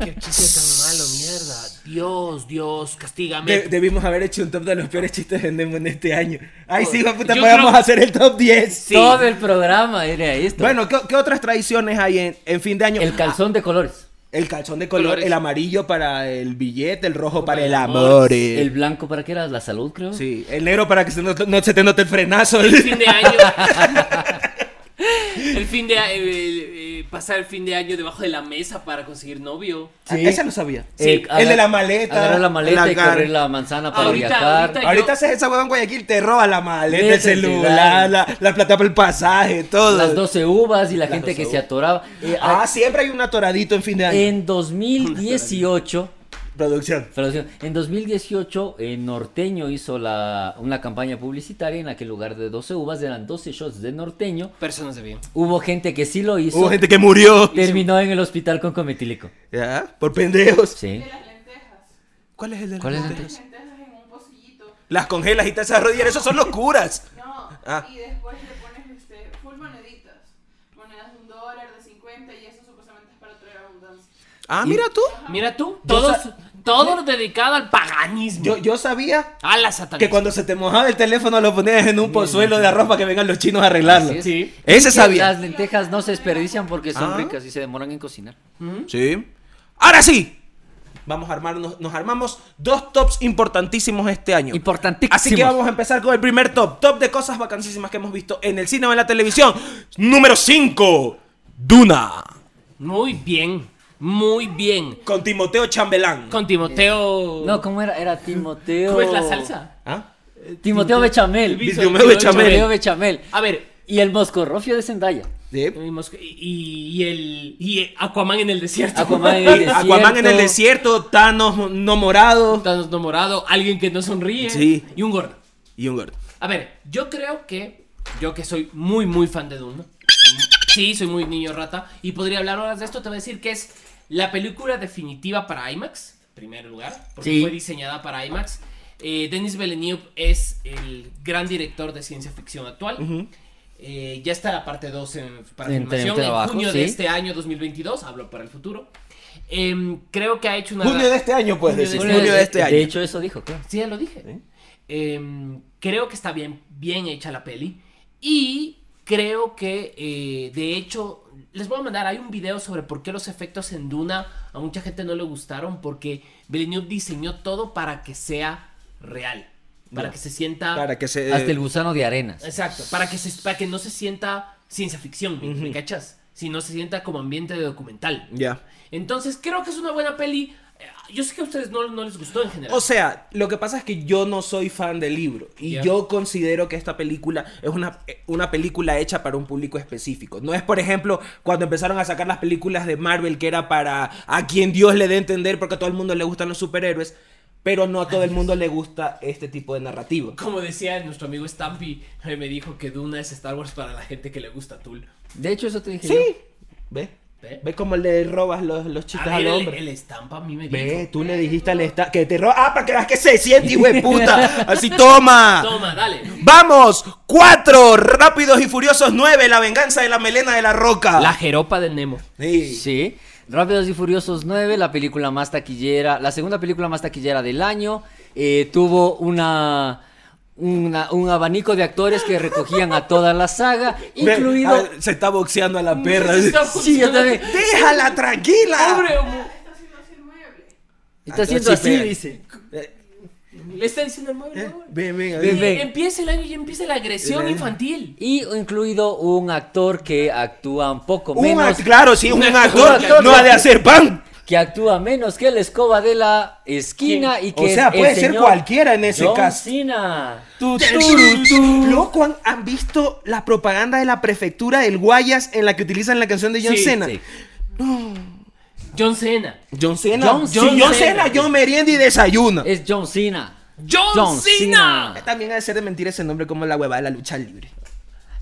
[SPEAKER 3] ¡Qué chiste tan malo, mierda! Dios, Dios, castígame.
[SPEAKER 4] De- debimos haber hecho un top de los peores chistes de Nemo en este año. Ay, sí, hijo de puta,
[SPEAKER 3] Yo
[SPEAKER 4] podemos
[SPEAKER 3] creo-
[SPEAKER 4] hacer el top 10.
[SPEAKER 3] Sí.
[SPEAKER 2] Todo el programa era esto.
[SPEAKER 4] Bueno, ah. ¿qué, qué otras tradiciones hay en, en fin de año?
[SPEAKER 2] el calzón de colores,
[SPEAKER 4] El calzón de color,
[SPEAKER 3] Colores.
[SPEAKER 4] el amarillo para el billete, el rojo para el
[SPEAKER 3] amor.
[SPEAKER 4] amor. eh.
[SPEAKER 2] el blanco para qué era la salud, creo.
[SPEAKER 4] Sí, el negro para que se no, no se te note el frenazo.
[SPEAKER 3] el fin de año. el fin de a- el- el- eh, pasar el fin de año debajo de la mesa para conseguir novio.
[SPEAKER 2] Sí.
[SPEAKER 4] Ah, Esa no sabía.
[SPEAKER 3] Sí,
[SPEAKER 2] Eh, agar-
[SPEAKER 4] de la maleta,
[SPEAKER 2] Agarrar la maleta y
[SPEAKER 4] la gar-
[SPEAKER 2] correr la manzana para
[SPEAKER 3] Ahorita,
[SPEAKER 2] viajar.
[SPEAKER 3] ahorita-
[SPEAKER 4] Ahorita haces esa hueva en Guayaquil, te roba la maleta, el
[SPEAKER 2] Métete,
[SPEAKER 4] celular,
[SPEAKER 2] dale.
[SPEAKER 4] la, la plata para el pasaje, todo.
[SPEAKER 2] Las 12 uvas y la gente que se atoraba. Eh, a-
[SPEAKER 4] Ah, siempre hay un atoradito en fin de año.
[SPEAKER 2] en 2018,
[SPEAKER 4] Producción.
[SPEAKER 2] perdón, en 2018, eh, Norteño hizo la, una campaña publicitaria en la que en lugar de 12 uvas eran 12 shots de Norteño.
[SPEAKER 3] Personas de bien.
[SPEAKER 2] Hubo gente que sí lo hizo.
[SPEAKER 4] Hubo gente que murió.
[SPEAKER 2] Terminó en el hospital con cometílico.
[SPEAKER 4] ¿Ya? Por pendejos.
[SPEAKER 2] Sí.
[SPEAKER 4] ¿Cuál es el de las
[SPEAKER 2] ¿Cuál es el
[SPEAKER 4] lentejas?
[SPEAKER 2] otro?
[SPEAKER 5] lentejas en un pocillito.
[SPEAKER 4] Las congelas y te haces arrodillar, eso son locuras.
[SPEAKER 5] No,
[SPEAKER 4] Ah.
[SPEAKER 5] y después le pones este, full moneditas. Monedas de un dólar, de 50 y eso supuestamente es para traer abundancia.
[SPEAKER 4] Ah, mira tú.
[SPEAKER 3] Mira tú,
[SPEAKER 2] Yo
[SPEAKER 3] todos,
[SPEAKER 2] sa-
[SPEAKER 3] todo dedicado al paganismo.
[SPEAKER 4] Yo, yo sabía
[SPEAKER 3] a la
[SPEAKER 4] que
[SPEAKER 3] satanás.
[SPEAKER 4] cuando se te mojaba el teléfono lo ponías en un pozuelo de arroz para que vengan los chinos a arreglarlo.
[SPEAKER 2] Así es.
[SPEAKER 3] Sí.
[SPEAKER 4] Ese
[SPEAKER 2] Y que
[SPEAKER 4] sabía.
[SPEAKER 2] Las lentejas no se desperdician porque son
[SPEAKER 4] Ah.
[SPEAKER 2] ricas y se demoran en cocinar.
[SPEAKER 4] Sí. Ahora sí. Vamos a armarnos, nos armamos dos tops importantísimos este año.
[SPEAKER 2] Importantísimos.
[SPEAKER 4] Así que vamos a empezar con el primer top. Top de cosas vacancísimas que hemos visto en el cine o en la televisión. Número 5. Duna.
[SPEAKER 3] Muy bien, muy bien.
[SPEAKER 4] Con Timoteo Chambelán.
[SPEAKER 3] Con Timoteo.
[SPEAKER 2] No, ¿cómo era? Era Timoteo. Eh,
[SPEAKER 3] ¿Cómo es la salsa?
[SPEAKER 4] ¿Ah?
[SPEAKER 2] Timoteo Bechamel.
[SPEAKER 3] Timoteo
[SPEAKER 4] Timoteo Bechamel.
[SPEAKER 2] Timoteo Bechamel.
[SPEAKER 3] A ver,
[SPEAKER 2] Y el moscorrofio de Zendaya.
[SPEAKER 4] Sí.
[SPEAKER 3] y, Mosca- y- y el y Aquaman en el desierto.
[SPEAKER 2] Aquaman en el
[SPEAKER 4] Y
[SPEAKER 2] desierto.
[SPEAKER 4] Aquaman en el desierto, Thanos no morado.
[SPEAKER 3] Thanos no morado, alguien que no sonríe
[SPEAKER 4] Sí.
[SPEAKER 3] y un gordo.
[SPEAKER 4] Y un gordo.
[SPEAKER 3] A ver, yo creo que yo que soy muy muy fan de Dune. Sí, soy muy niño rata y podría hablar horas de esto, te voy a decir que es la película definitiva para IMAX, en primer lugar, porque
[SPEAKER 2] Sí.
[SPEAKER 3] fue diseñada para IMAX. Eh, Denis Villeneuve es el gran director de ciencia ficción actual. Eh, ya está la parte 2 en, para
[SPEAKER 2] En- en
[SPEAKER 3] filmación
[SPEAKER 2] trabajo,
[SPEAKER 3] en junio de
[SPEAKER 2] sí.
[SPEAKER 3] este año 2022, hablo para el futuro. Em, creo que ha hecho una
[SPEAKER 4] Junio de este año, pues.
[SPEAKER 3] Junio
[SPEAKER 4] decís.
[SPEAKER 3] de-
[SPEAKER 4] Junio de este año.
[SPEAKER 2] De hecho, eso dijo, claro.
[SPEAKER 3] Sí, ya lo dije. Em, creo que está bien, bien hecha la peli. Y creo que, eh, de hecho, les voy a mandar, hay un video sobre por qué los efectos en Duna a mucha gente no le gustaron, porque Villeneuve diseñó todo para que sea real, para que se sienta...
[SPEAKER 4] Para que se.
[SPEAKER 2] Hasta el gusano de arenas.
[SPEAKER 3] Exacto, para que, se, para que no se sienta ciencia ficción, ¿me- ¿me cachas? Si no se sienta como ambiente de documental.
[SPEAKER 4] Ya.
[SPEAKER 3] Entonces, creo que es una buena peli. Eh, Yo sé que a ustedes no, no les gustó en general.
[SPEAKER 4] O sea, lo que pasa es que yo no soy fan del libro y
[SPEAKER 3] Ya.
[SPEAKER 4] yo considero que esta película es una, eh, una película hecha para un público específico. No es, por ejemplo, cuando empezaron a sacar las películas de Marvel que era para a quien Dios le dé a entender porque a todo el mundo le gustan los superhéroes, pero no a todo el mundo le gusta este tipo de narrativa.
[SPEAKER 3] Como decía nuestro amigo Stampy, eh, me dijo que Duna es Star Wars para la gente que le gusta Tool.
[SPEAKER 2] De hecho, eso te dije.
[SPEAKER 4] Sí,
[SPEAKER 2] yo.
[SPEAKER 4] ve,
[SPEAKER 3] Ve.
[SPEAKER 4] ve cómo le robas los, los chistes
[SPEAKER 3] A
[SPEAKER 4] al
[SPEAKER 3] ver, el,
[SPEAKER 4] hombre.
[SPEAKER 3] el Stampa a mí me
[SPEAKER 4] Ve,
[SPEAKER 3] dijo.
[SPEAKER 4] tú le dijiste al esta que te roba. Ah, para que veas que se siente, hijo de puta. Así toma.
[SPEAKER 3] Toma, dale.
[SPEAKER 4] Vamos, cuatro, rápidos y furiosos nueve, la venganza de la melena de la roca.
[SPEAKER 3] La jeropa de Nemo.
[SPEAKER 4] Sí.
[SPEAKER 2] Sí. Rápidos y Furiosos 9, la película más taquillera, la segunda película más taquillera del año, eh, tuvo una, una- un abanico de actores que recogían a toda la saga,
[SPEAKER 4] Ve,
[SPEAKER 2] incluido...
[SPEAKER 4] ah, se está boxeando a la perra.
[SPEAKER 2] Sí, yo también.
[SPEAKER 4] Ah, Déjala tranquila.
[SPEAKER 3] Hombre,
[SPEAKER 5] Está haciendo así el mueble.
[SPEAKER 2] Está haciendo así,
[SPEAKER 4] pégale.
[SPEAKER 2] dice.
[SPEAKER 4] Eh,
[SPEAKER 3] Le está diciendo al mueble. no.
[SPEAKER 4] Ven, ven, a
[SPEAKER 3] Y
[SPEAKER 4] ver.
[SPEAKER 2] ven.
[SPEAKER 3] Empieza el año y empieza la agresión
[SPEAKER 4] Ven.
[SPEAKER 3] infantil.
[SPEAKER 2] Y incluido un actor que actúa un poco
[SPEAKER 4] Un
[SPEAKER 2] menos.
[SPEAKER 4] act- claro, sí, un,
[SPEAKER 3] un
[SPEAKER 4] actor,
[SPEAKER 2] actor
[SPEAKER 4] no
[SPEAKER 2] que-
[SPEAKER 4] ha de hacer pan.
[SPEAKER 2] que actúa menos que la escoba de la esquina y que
[SPEAKER 4] O sea,
[SPEAKER 2] es el
[SPEAKER 4] puede ser
[SPEAKER 2] señor
[SPEAKER 4] cualquiera en ese
[SPEAKER 2] John
[SPEAKER 4] caso.
[SPEAKER 2] Cena.
[SPEAKER 4] Loco, ¿han, han visto la propaganda de la prefectura del Guayas en la que utilizan la canción de John
[SPEAKER 3] Sí,
[SPEAKER 4] Cena?
[SPEAKER 2] Sí.
[SPEAKER 3] John Cena.
[SPEAKER 4] John Cena.
[SPEAKER 2] John- Eh.
[SPEAKER 4] Sí,
[SPEAKER 2] John
[SPEAKER 4] John
[SPEAKER 3] Cena.
[SPEAKER 4] Cena, John Merienda y Desayuno. Eh,
[SPEAKER 2] Es John Cena.
[SPEAKER 3] John,
[SPEAKER 2] John
[SPEAKER 3] Cena.
[SPEAKER 2] Cena.
[SPEAKER 4] También ha de ser de mentira ese nombre como la huevada de la lucha libre.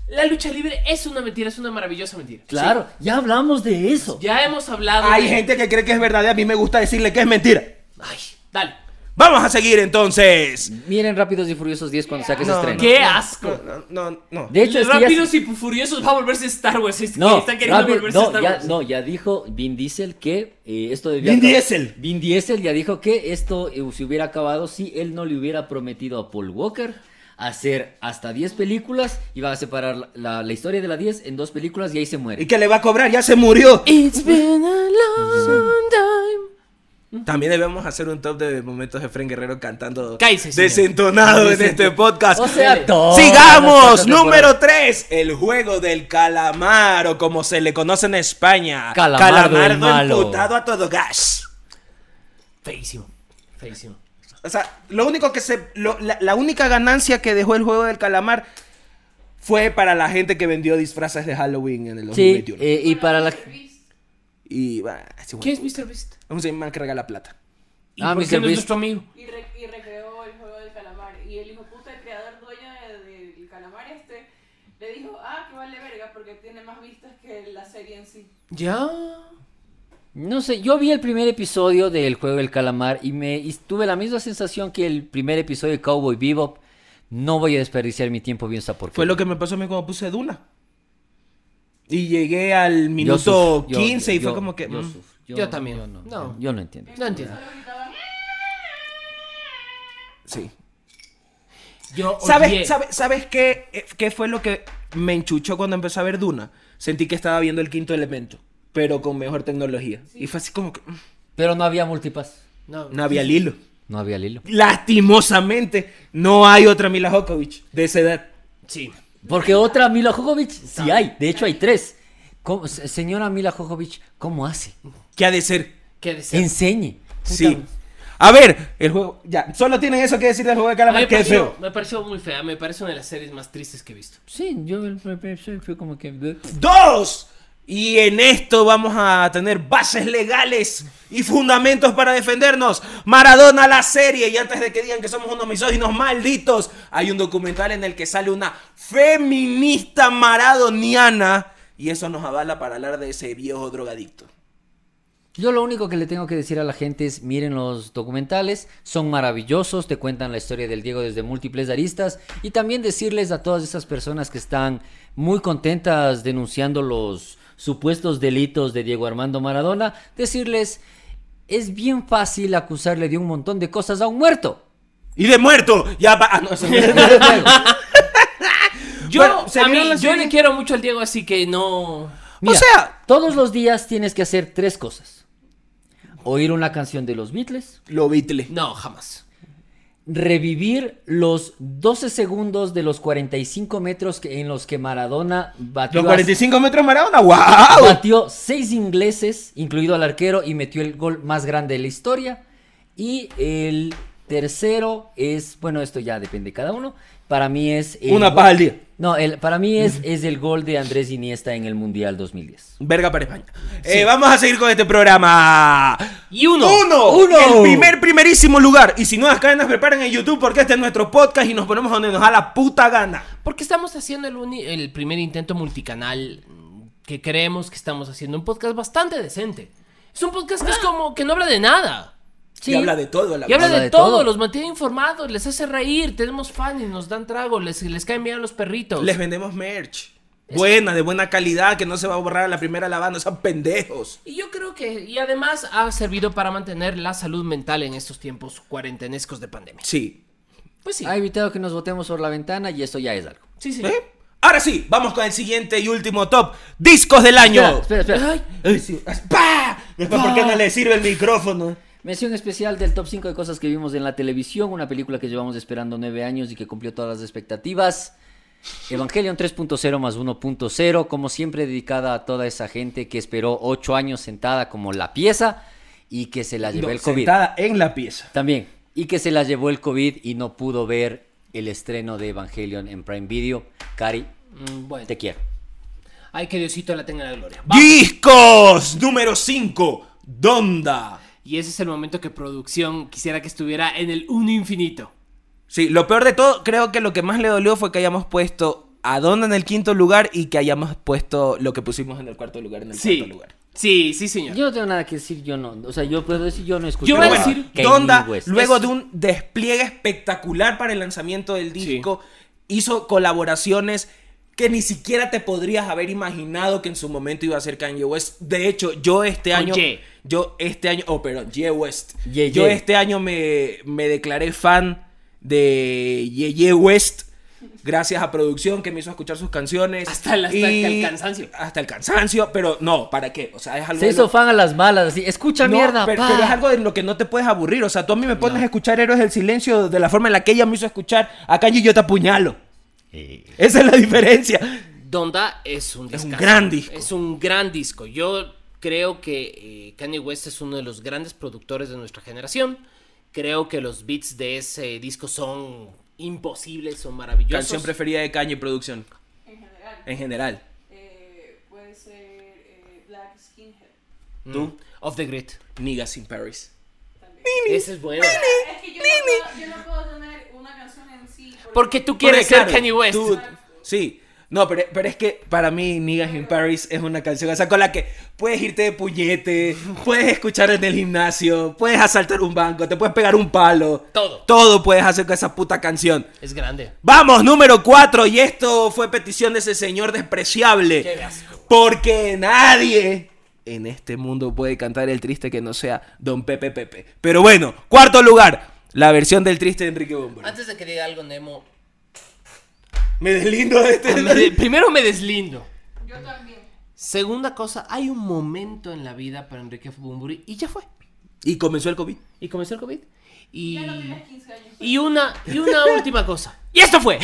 [SPEAKER 3] La lucha libre es una mentira, es una maravillosa mentira.
[SPEAKER 2] Claro, ya hablamos de eso.
[SPEAKER 3] Ya hemos hablado.
[SPEAKER 4] Hay
[SPEAKER 3] de-
[SPEAKER 4] gente que cree que es verdad y a mí me gusta decirle que es mentira.
[SPEAKER 3] Ay, dale.
[SPEAKER 4] Vamos a seguir entonces.
[SPEAKER 2] Miren Rápidos y Furiosos 10 cuando saque ese
[SPEAKER 4] No,
[SPEAKER 2] estreno.
[SPEAKER 3] Qué asco.
[SPEAKER 4] No, no, no. no.
[SPEAKER 2] De hecho, es que ya-
[SPEAKER 3] Rápidos y Furiosos va a volverse Star Wars. Es que
[SPEAKER 2] No,
[SPEAKER 3] está queriendo
[SPEAKER 2] rápido-
[SPEAKER 3] volverse
[SPEAKER 2] no,
[SPEAKER 3] Star
[SPEAKER 2] ya,
[SPEAKER 3] Wars.
[SPEAKER 2] no, ya dijo Vin Diesel que eh, esto debía
[SPEAKER 4] Vin
[SPEAKER 2] acab-
[SPEAKER 4] Diesel.
[SPEAKER 2] Vin Diesel ya dijo que esto eh, se hubiera acabado si él no le hubiera prometido a Paul Walker hacer hasta 10 películas y va a separar la, la- la historia de la 10 en dos películas y ahí se
[SPEAKER 4] ¿Y
[SPEAKER 2] muere.
[SPEAKER 4] que le va a cobrar? Ya se murió.
[SPEAKER 3] It's been a long time.
[SPEAKER 4] También debemos hacer un top de momentos de Fren Guerrero cantando
[SPEAKER 3] Cállese, señor.
[SPEAKER 4] desentonado en este podcast.
[SPEAKER 2] O sea, todo.
[SPEAKER 4] Sigamos, número 3, el juego del calamar o como se le conoce en España.
[SPEAKER 2] Calamardo el malo.
[SPEAKER 4] emputado a todo gas.
[SPEAKER 3] Feísimo. Feísimo.
[SPEAKER 4] O sea, lo único que se lo- la, la única ganancia que dejó el juego del calamar fue para la gente que vendió disfraces de Halloween en el
[SPEAKER 2] Sí,
[SPEAKER 4] 2021.
[SPEAKER 2] eh, y para la...
[SPEAKER 4] y bah, sí, bueno.
[SPEAKER 3] ¿Quién es Mr. Beast?
[SPEAKER 4] Vamos a ir más que regala plata.
[SPEAKER 3] ¿Y
[SPEAKER 2] Ah,
[SPEAKER 3] por qué
[SPEAKER 2] Mr.
[SPEAKER 3] no es
[SPEAKER 2] Beast.
[SPEAKER 3] nuestro amigo?
[SPEAKER 5] Y, re- y recreó el juego del calamar. Y el hijo puta, el creador dueño de- del calamar este, le dijo, ah, que vale verga, porque tiene más vistas que la serie en sí.
[SPEAKER 3] Ya.
[SPEAKER 2] No sé, yo vi el primer episodio del juego del calamar y me y tuve la misma sensación que el primer episodio de Cowboy Bebop. No voy a desperdiciar mi tiempo viendo esa porquería.
[SPEAKER 4] Fue lo que me pasó a mí cuando puse Duna. Y llegué al
[SPEAKER 2] Yo
[SPEAKER 4] minuto
[SPEAKER 2] suf- yo-
[SPEAKER 4] 15 y
[SPEAKER 2] yo-
[SPEAKER 4] fue como que...
[SPEAKER 2] Yo,
[SPEAKER 4] mm.
[SPEAKER 2] suf-
[SPEAKER 3] Yo también.
[SPEAKER 2] Yo no,
[SPEAKER 3] No.
[SPEAKER 2] yo no entiendo.
[SPEAKER 3] No entiendo.
[SPEAKER 5] Solo gritaban,
[SPEAKER 4] Sí.
[SPEAKER 3] Yo odié.
[SPEAKER 4] ¿Sabes, sabe- ¿Sabes qué, eh, qué fue lo que me enchuchó cuando empecé a ver Duna? Sentí que estaba viendo el quinto elemento, pero con mejor tecnología. Y fue así como que... mm,
[SPEAKER 2] Pero no había multipass.
[SPEAKER 3] No.
[SPEAKER 4] No había Lilo.
[SPEAKER 2] No había Lilo.
[SPEAKER 4] Lastimosamente, no hay otra Mila Jokovic de esa edad.
[SPEAKER 3] Sí.
[SPEAKER 2] Porque otra Mila Jojovic sí hay. De hecho, hay tres. ¿Cómo- se- señora Mila Jojovic, ¿cómo hace?
[SPEAKER 4] ¿Qué ha de ser?
[SPEAKER 3] Qué deseo.
[SPEAKER 2] Enseñe.
[SPEAKER 4] Sí. A ver, el juego... Ya, solo tienen eso que decir del juego de
[SPEAKER 3] me,
[SPEAKER 4] calamar, que es
[SPEAKER 3] pareció,
[SPEAKER 4] feo.
[SPEAKER 3] me pareció muy fea. Me parece una de las series más tristes que he visto.
[SPEAKER 2] Sí, yo el primer episodio fue como que.
[SPEAKER 4] ¡Dos! Y en esto vamos a tener bases legales y fundamentos para defendernos. Maradona la serie. Y antes de que digan que somos unos misóginos malditos, hay un documental en el que sale una feminista maradoniana. Y eso nos avala para hablar de ese viejo drogadicto.
[SPEAKER 2] Yo lo único que le tengo que decir a la gente es miren los documentales, son maravillosos, te cuentan la historia del Diego desde múltiples aristas y también decirles a todas esas personas que están muy contentas denunciando los supuestos delitos de Diego Armando Maradona, decirles es bien fácil acusarle de un montón de cosas a un muerto.
[SPEAKER 4] Y de muerto. Ya va. ah, no, eso no es-
[SPEAKER 3] Yo,
[SPEAKER 4] Bueno, ¿se
[SPEAKER 3] a mí,
[SPEAKER 4] vieron la
[SPEAKER 3] yo
[SPEAKER 4] serie?
[SPEAKER 3] le quiero mucho al Diego, así que no.
[SPEAKER 2] Mira,
[SPEAKER 4] sea-
[SPEAKER 2] todos los días tienes que hacer tres cosas. Oír una canción de los Beatles,
[SPEAKER 4] Lo bitle.
[SPEAKER 3] No, jamás.
[SPEAKER 2] revivir los 12 segundos de los 45 metros que- en los que Maradona batió,
[SPEAKER 4] Los
[SPEAKER 2] a-
[SPEAKER 4] 45 metros Maradona. ¡Wow!
[SPEAKER 2] batió seis ingleses, incluido al arquero, y metió el gol más grande de la historia. Y el tercero es, bueno, esto ya depende de cada uno. Para mí es el
[SPEAKER 4] Una
[SPEAKER 2] gol-
[SPEAKER 4] paja al día.
[SPEAKER 2] No, el- para mí es, es el gol de Andrés Iniesta en el Mundial 2010.
[SPEAKER 4] Verga para España. Eh, vamos a seguir con este programa.
[SPEAKER 3] Y uno.
[SPEAKER 4] Uno.
[SPEAKER 2] Uno.
[SPEAKER 4] El primer, primerísimo lugar. Y si no, las cadenas preparan en YouTube porque este es nuestro podcast y nos ponemos donde nos da la puta gana.
[SPEAKER 3] Porque estamos haciendo el, uni- el primer intento multicanal mm, que creemos que estamos haciendo. Un podcast bastante decente. Es un podcast que es como que no habla de nada.
[SPEAKER 4] Y habla de todo. a La
[SPEAKER 3] Y habla
[SPEAKER 2] Habla
[SPEAKER 3] de,
[SPEAKER 2] de
[SPEAKER 3] todo,
[SPEAKER 2] todo.
[SPEAKER 3] los mantiene informados, les hace reír, tenemos fans, nos dan trago, les, les caen bien a los perritos.
[SPEAKER 4] Les vendemos merch. Buena, de buena calidad, que no se va a borrar a la primera lavada. Son pendejos.
[SPEAKER 3] Y yo creo que, y además ha servido para mantener la salud mental en estos tiempos cuarentenescos de pandemia.
[SPEAKER 4] Sí.
[SPEAKER 3] Pues sí,
[SPEAKER 2] Ha evitado que nos botemos por la ventana y eso ya es algo.
[SPEAKER 3] sí, sí.
[SPEAKER 4] ¿Eh? Ahora sí, vamos con el siguiente y último top. Discos del año.
[SPEAKER 2] Espera, espera, espera.
[SPEAKER 3] Ay,
[SPEAKER 4] Ay, sí. ¡Pah! Después, ¿por qué no le sirve el micrófono?
[SPEAKER 2] Mención especial del top 5 de cosas que vimos en la televisión, una película que llevamos esperando 9 años y que cumplió todas las expectativas. Evangelion 3.0 más 1.0, como siempre dedicada a toda esa gente que esperó 8 años sentada como la pieza y que se la llevó
[SPEAKER 4] No,
[SPEAKER 2] el COVID.
[SPEAKER 4] sentada en la pieza.
[SPEAKER 2] También, y que se la llevó el COVID y no pudo ver el estreno de Evangelion en Prime Video. Cari,
[SPEAKER 3] Mm, bueno,
[SPEAKER 2] te quiero.
[SPEAKER 3] ay, que Diosito la tenga en la gloria. Va.
[SPEAKER 4] Discos número 5, Donda.
[SPEAKER 3] Y ese es el momento que producción quisiera que estuviera en el uno infinito.
[SPEAKER 4] Sí, lo peor de todo, creo que lo que más le dolió fue que hayamos puesto a Donda en el quinto lugar y que hayamos puesto lo que pusimos en el cuarto lugar en el
[SPEAKER 3] Sí,
[SPEAKER 4] cuarto lugar.
[SPEAKER 3] sí, sí, señor.
[SPEAKER 2] Yo no tengo nada que decir, yo no. O sea, yo puedo decir, yo no escuché.
[SPEAKER 3] Yo voy a
[SPEAKER 2] nada.
[SPEAKER 3] decir
[SPEAKER 2] Kanye
[SPEAKER 4] Donda,
[SPEAKER 2] West.
[SPEAKER 4] luego de un despliegue espectacular para el lanzamiento del disco, hizo colaboraciones que ni siquiera te podrías haber imaginado que en su momento iba a ser Kanye West. De hecho, yo este
[SPEAKER 3] Con
[SPEAKER 4] año,
[SPEAKER 3] Ye.
[SPEAKER 4] yo este año, oh, perdón, Ye West.
[SPEAKER 2] Ye,
[SPEAKER 4] Yo
[SPEAKER 2] Ye.
[SPEAKER 4] este año me, me declaré fan de Ye Ye West. Gracias a producción que me hizo escuchar sus canciones.
[SPEAKER 3] Hasta el- hasta el cansancio.
[SPEAKER 4] Hasta el cansancio, pero no, ¿para qué? O sea, es algo
[SPEAKER 2] Se
[SPEAKER 4] de
[SPEAKER 2] hizo
[SPEAKER 4] lo-
[SPEAKER 2] fan a las malas, así, escucha
[SPEAKER 4] no,
[SPEAKER 2] mierda,
[SPEAKER 4] pero,
[SPEAKER 2] pa.
[SPEAKER 4] pero es algo de lo que no te puedes aburrir. O sea, tú a mí me pones a escuchar Héroes del Silencio de la forma en la que ella me hizo escuchar a Kanye y yo te apuñalo. Esa es la diferencia.
[SPEAKER 3] Donda es un
[SPEAKER 4] Es un
[SPEAKER 3] discazo.
[SPEAKER 4] gran disco.
[SPEAKER 3] Es un gran disco. Yo creo que eh, Kanye West es uno de los grandes productores de nuestra generación. Creo que los beats de ese disco son imposibles, son maravillosos.
[SPEAKER 4] Canción preferida de Kanye Producción,
[SPEAKER 5] en general.
[SPEAKER 4] en general.
[SPEAKER 5] Eh, puede ser eh, Black Skinhead.
[SPEAKER 3] Mm.
[SPEAKER 4] ¿Tú?
[SPEAKER 3] Off the Grid.
[SPEAKER 4] Niggas in Paris.
[SPEAKER 3] Ese es bueno.
[SPEAKER 5] Es que yo no, puedo, yo no puedo tener una canción en sí.
[SPEAKER 3] Porque tú quieres
[SPEAKER 4] Porque,
[SPEAKER 3] ser
[SPEAKER 4] claro,
[SPEAKER 3] Kanye West.
[SPEAKER 4] tú- sí. No, pero, pero es que para mí Niggas in Paris es una canción o sea, con la que puedes irte de puñete, puedes escuchar en el gimnasio, puedes asaltar un banco, te puedes pegar un palo.
[SPEAKER 3] Todo.
[SPEAKER 4] Todo puedes hacer con esa puta canción.
[SPEAKER 3] Es grande.
[SPEAKER 4] Vamos, número 4. Y esto fue petición de ese señor despreciable.
[SPEAKER 3] Qué asco.
[SPEAKER 4] Porque nadie en este mundo puede cantar el triste que no sea Don Pepe Pepe. Pero bueno, cuarto lugar. La versión del triste de Enrique Bomber.
[SPEAKER 3] Antes de que diga algo, Nemo.
[SPEAKER 4] Me deslindo de este.
[SPEAKER 3] me de- primero me deslindo.
[SPEAKER 5] Yo también.
[SPEAKER 3] Segunda cosa, hay un momento en la vida para Enrique Bumburi y ya fue.
[SPEAKER 4] Y comenzó el COVID.
[SPEAKER 3] Y comenzó el COVID. Y,
[SPEAKER 5] Ya no tienes 15 años.
[SPEAKER 3] y una, y una última cosa. ¡Y esto fue!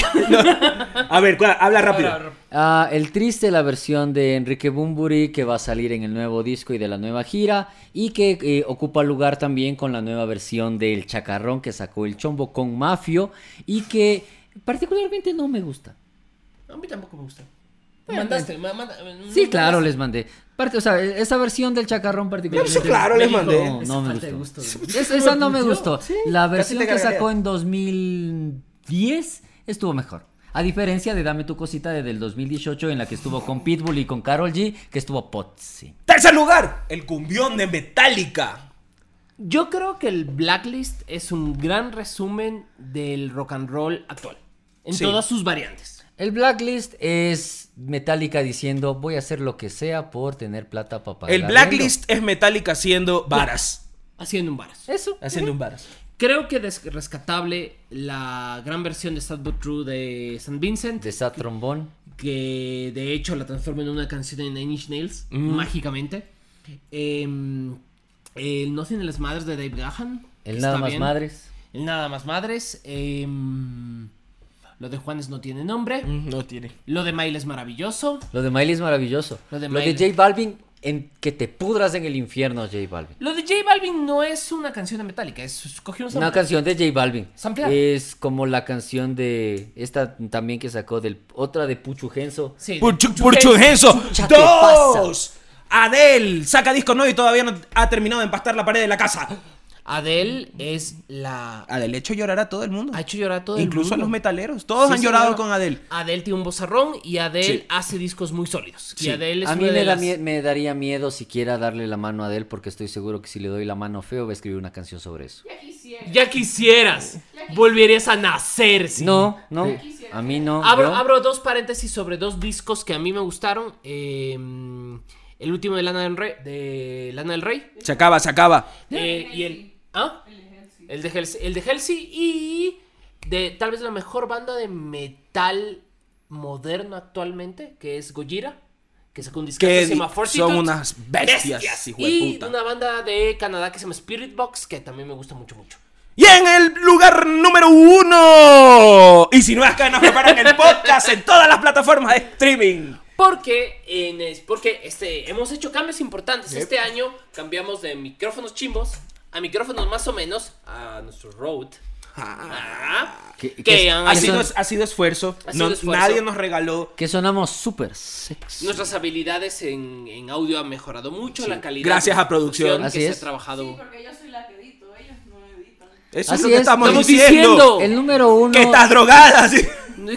[SPEAKER 4] A ver, cua- habla rápido.
[SPEAKER 2] Ah, el triste, la versión de Enrique Bumburi que va a salir en el nuevo disco y de la nueva gira y que eh, ocupa lugar también con la nueva versión del Chacarrón que sacó el Chombo con Mafio y que particularmente no me gusta.
[SPEAKER 3] A mí tampoco me gusta. Mandaste, ma- manda- eh,
[SPEAKER 2] Sí,
[SPEAKER 3] mandaste.
[SPEAKER 2] claro, les mandé. Parte, o sea, esa versión del Chacarrón particularmente.
[SPEAKER 4] Eso claro, les
[SPEAKER 2] no,
[SPEAKER 4] mandé.
[SPEAKER 2] No,
[SPEAKER 3] Esa
[SPEAKER 2] me
[SPEAKER 3] falta de
[SPEAKER 2] gustó.
[SPEAKER 3] gusto,
[SPEAKER 2] Es- esa no me gustó. La
[SPEAKER 4] casi
[SPEAKER 2] versión
[SPEAKER 4] te
[SPEAKER 2] que sacó
[SPEAKER 4] cargaría.
[SPEAKER 2] en 2010 estuvo mejor. A diferencia de Dame tu cosita de del 2018 en la que estuvo con Pitbull y con Carol G, que estuvo potsi.
[SPEAKER 4] Tercer lugar. El cumbión de Metallica.
[SPEAKER 3] Yo creo que el Blacklist es un gran resumen del rock and roll actual. En
[SPEAKER 4] Sí.
[SPEAKER 3] todas sus variantes.
[SPEAKER 2] El Blacklist es Metallica diciendo voy a hacer lo que sea por tener plata para pagar.
[SPEAKER 4] El blacklist es Metallica haciendo varas.
[SPEAKER 3] Haciendo un varas.
[SPEAKER 2] Eso.
[SPEAKER 4] Haciendo un varas.
[SPEAKER 3] Creo que es rescatable la gran versión de Sad But True de St. Vincent.
[SPEAKER 2] De Sad Trombón.
[SPEAKER 3] que de hecho la transforma en una canción de Nine Inch Nails,
[SPEAKER 2] Mm.
[SPEAKER 3] mágicamente. Em, el Nothing en las Madres de Dave Gahan.
[SPEAKER 2] El
[SPEAKER 3] que
[SPEAKER 2] Nada
[SPEAKER 3] está
[SPEAKER 2] Más
[SPEAKER 3] bien.
[SPEAKER 2] Madres.
[SPEAKER 3] El Nada Más Madres. em, lo de Juanes no tiene nombre.
[SPEAKER 2] Mm,
[SPEAKER 4] No tiene.
[SPEAKER 3] Lo de Miley es maravilloso.
[SPEAKER 2] Lo de Miley es maravilloso.
[SPEAKER 3] Lo
[SPEAKER 2] Lo
[SPEAKER 3] de
[SPEAKER 2] de,
[SPEAKER 3] Miley.
[SPEAKER 2] J Balvin, en que te pudras en el infierno, J Balvin.
[SPEAKER 3] Lo de J Balvin no es una canción de Metallica, es cogió un
[SPEAKER 2] Una
[SPEAKER 3] sample.
[SPEAKER 2] canción de J Balvin.
[SPEAKER 3] Samplear.
[SPEAKER 2] Es como la canción de. Esta también que sacó del. Otra de Puchu Genso.
[SPEAKER 3] Sí, de
[SPEAKER 4] Purchu-
[SPEAKER 3] Puchu
[SPEAKER 4] Purchu
[SPEAKER 3] Hens.
[SPEAKER 4] Genso.
[SPEAKER 2] Chucha, te
[SPEAKER 4] Dos. Adel saca disco nuevo y todavía no ha terminado de empastar la pared de la casa.
[SPEAKER 3] Adele es la...
[SPEAKER 4] Adel hecho llorar a todo el mundo.
[SPEAKER 3] Ha hecho llorar a todo el
[SPEAKER 4] Incluso a
[SPEAKER 3] mundo.
[SPEAKER 4] los metaleros. Todos
[SPEAKER 3] Sí,
[SPEAKER 4] han llorado
[SPEAKER 3] señor.
[SPEAKER 4] con Adel.
[SPEAKER 3] Adele tiene un vozarrón y Adele
[SPEAKER 4] Sí.
[SPEAKER 3] hace discos muy sólidos. Y
[SPEAKER 4] Sí.
[SPEAKER 3] Adele es
[SPEAKER 2] A mí
[SPEAKER 3] una de
[SPEAKER 2] me, da
[SPEAKER 3] las-
[SPEAKER 2] mie- me daría miedo siquiera darle la mano a él porque estoy seguro que si le doy la mano feo va a escribir una canción sobre eso.
[SPEAKER 5] Ya quisiera.
[SPEAKER 3] Ya quisieras, volverías a nacer. sí.
[SPEAKER 2] No, no, a mí no.
[SPEAKER 3] Abro,
[SPEAKER 2] yo-
[SPEAKER 3] abro dos paréntesis sobre dos discos que a mí me gustaron. eh, el último de Lana del Rey, de Lana del Rey
[SPEAKER 4] Se acaba, se acaba.
[SPEAKER 3] eh, y el, ¿ah? el de Halsey, el de Halsey y de tal vez la mejor banda de metal moderno actualmente, que es Gojira, que sacó un disco que
[SPEAKER 4] Que
[SPEAKER 3] se llama Fortitude.
[SPEAKER 4] son unas bestias, hijo de
[SPEAKER 3] y
[SPEAKER 4] puta.
[SPEAKER 3] una banda de Canadá que se llama Spirit Box, que también me gusta mucho, mucho.
[SPEAKER 4] Y en el lugar número uno. Y si nuevas cadenas preparan el podcast en todas las plataformas de streaming.
[SPEAKER 3] Porque, en es- porque este, hemos hecho cambios importantes. Este año cambiamos de micrófonos chimbos a micrófonos más o menos a nuestro Rode. Ah,
[SPEAKER 2] ¿Qué-
[SPEAKER 3] que
[SPEAKER 2] qué es-
[SPEAKER 3] han
[SPEAKER 4] Ha
[SPEAKER 3] hecho
[SPEAKER 4] sido,
[SPEAKER 2] son-
[SPEAKER 4] ha sido esfuerzo.
[SPEAKER 3] Ha sido
[SPEAKER 4] No-
[SPEAKER 3] esfuerzo.
[SPEAKER 4] Nadie nos regaló.
[SPEAKER 2] Que sonamos súper sexy.
[SPEAKER 3] nuestras habilidades en, en audio han mejorado mucho, la calidad.
[SPEAKER 4] Gracias
[SPEAKER 3] de
[SPEAKER 4] a producción.
[SPEAKER 3] que
[SPEAKER 2] Así
[SPEAKER 3] se
[SPEAKER 2] es.
[SPEAKER 3] ha trabajado.
[SPEAKER 5] Sí, porque yo soy la que edito, ellos no editan.
[SPEAKER 4] Eso es
[SPEAKER 2] Así
[SPEAKER 4] lo que
[SPEAKER 2] es,
[SPEAKER 4] estamos,
[SPEAKER 3] estamos
[SPEAKER 4] diciendo.
[SPEAKER 3] diciendo.
[SPEAKER 2] El número uno.
[SPEAKER 4] Que estás drogada. sí.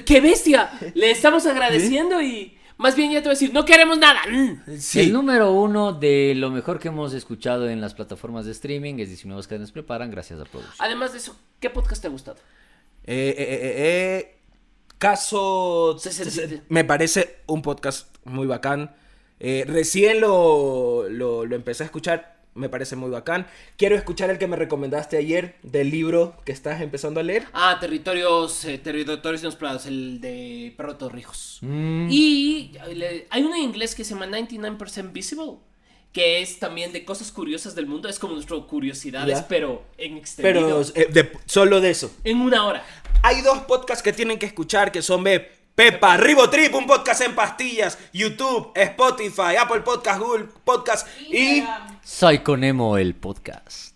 [SPEAKER 3] ¡Qué bestia! Le estamos agradeciendo
[SPEAKER 4] ¿Eh?
[SPEAKER 3] y más bien ya te voy a decir, no queremos nada. Mm.
[SPEAKER 2] El número uno de lo mejor que hemos escuchado en las plataformas de streaming es 19 cadenas preparan gracias a producción.
[SPEAKER 3] Además de eso, ¿qué podcast te ha gustado?
[SPEAKER 4] Eh, eh, eh, eh, caso.
[SPEAKER 3] Sesenta.
[SPEAKER 4] Me parece un podcast muy bacán. Eh, recién lo, lo, lo empecé a escuchar. Me parece muy bacán. Quiero escuchar el que me recomendaste ayer del libro que estás empezando a leer.
[SPEAKER 3] Ah, territorios, eh, territorios inesperados, el de Perro Torrijos.
[SPEAKER 4] Mm.
[SPEAKER 3] Y eh, le- hay uno en inglés que se llama 99% Visible, que es también de cosas curiosas del mundo, es como nuestro curiosidades,
[SPEAKER 4] Ya.
[SPEAKER 3] pero
[SPEAKER 4] Pero
[SPEAKER 3] en extendido.
[SPEAKER 4] eh, de- solo de eso.
[SPEAKER 3] En una hora.
[SPEAKER 4] Hay dos podcasts que tienen que escuchar que son de Pepa, Ribotrip, un podcast en pastillas, YouTube, Spotify, Apple Podcast, Google Podcast y...
[SPEAKER 5] Instagram.
[SPEAKER 2] Soy con Emo el podcast.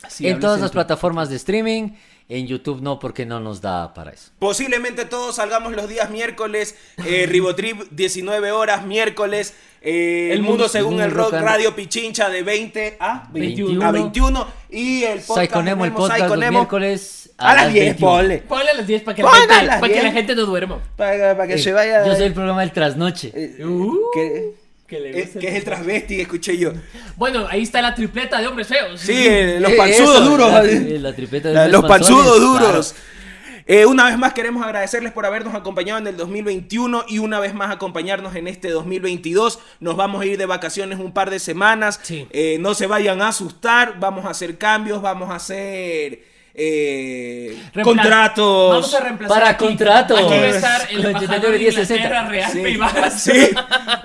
[SPEAKER 3] Así
[SPEAKER 2] en
[SPEAKER 3] hablas
[SPEAKER 2] todas las
[SPEAKER 3] tu-
[SPEAKER 2] plataformas de streaming. En YouTube no, porque no nos da para eso.
[SPEAKER 4] Posiblemente todos salgamos los días miércoles, eh, Ribotrip 19 horas miércoles, eh, El Mundo Según el Rock, Radio Pichincha de 20 a 21, a 21 y el podcast de
[SPEAKER 2] Psychonemo, el
[SPEAKER 4] Nemo,
[SPEAKER 2] podcast los
[SPEAKER 4] Psychonemo,
[SPEAKER 2] miércoles
[SPEAKER 4] a, las 10,
[SPEAKER 2] 21.
[SPEAKER 4] ponle,
[SPEAKER 3] Ponle a las 10 para que,
[SPEAKER 4] Ponle
[SPEAKER 3] la
[SPEAKER 4] a
[SPEAKER 3] gente,
[SPEAKER 4] las
[SPEAKER 3] para que la
[SPEAKER 4] 10.
[SPEAKER 3] gente no duerma.
[SPEAKER 4] para, para que
[SPEAKER 2] Eh,
[SPEAKER 4] se vaya...
[SPEAKER 2] Yo soy el programa del trasnoche.
[SPEAKER 4] eh,
[SPEAKER 3] Uh,
[SPEAKER 4] que,
[SPEAKER 3] que le
[SPEAKER 4] eh,
[SPEAKER 3] gusta
[SPEAKER 4] que
[SPEAKER 3] el-
[SPEAKER 4] es el transvesti, escuché yo.
[SPEAKER 3] Bueno, ahí está la tripleta de hombres feos.
[SPEAKER 4] Sí, eh, los
[SPEAKER 2] Eh,
[SPEAKER 4] panzudos
[SPEAKER 2] eso,
[SPEAKER 4] duros.
[SPEAKER 2] La, eh, la tripeta de
[SPEAKER 4] La- los panzudos
[SPEAKER 2] panzones,
[SPEAKER 4] duros. Eh, una vez más queremos agradecerles por habernos acompañado en el 2021 y una vez más acompañarnos en este 2022. Nos vamos a ir de vacaciones un par de semanas.
[SPEAKER 3] Sí.
[SPEAKER 4] Eh, no se vayan a asustar. Vamos a hacer cambios, vamos a hacer eh,
[SPEAKER 3] Reempla-
[SPEAKER 4] contratos.
[SPEAKER 3] Vamos a
[SPEAKER 2] claro.
[SPEAKER 3] reemplazar
[SPEAKER 2] Para
[SPEAKER 3] aquí.
[SPEAKER 2] contratos.
[SPEAKER 3] Aquí va a estar el
[SPEAKER 2] Con
[SPEAKER 3] embajador
[SPEAKER 2] 89,
[SPEAKER 3] de
[SPEAKER 2] 1060.
[SPEAKER 3] Inglaterra Real
[SPEAKER 4] Sí.
[SPEAKER 3] Privadas.
[SPEAKER 4] Sí.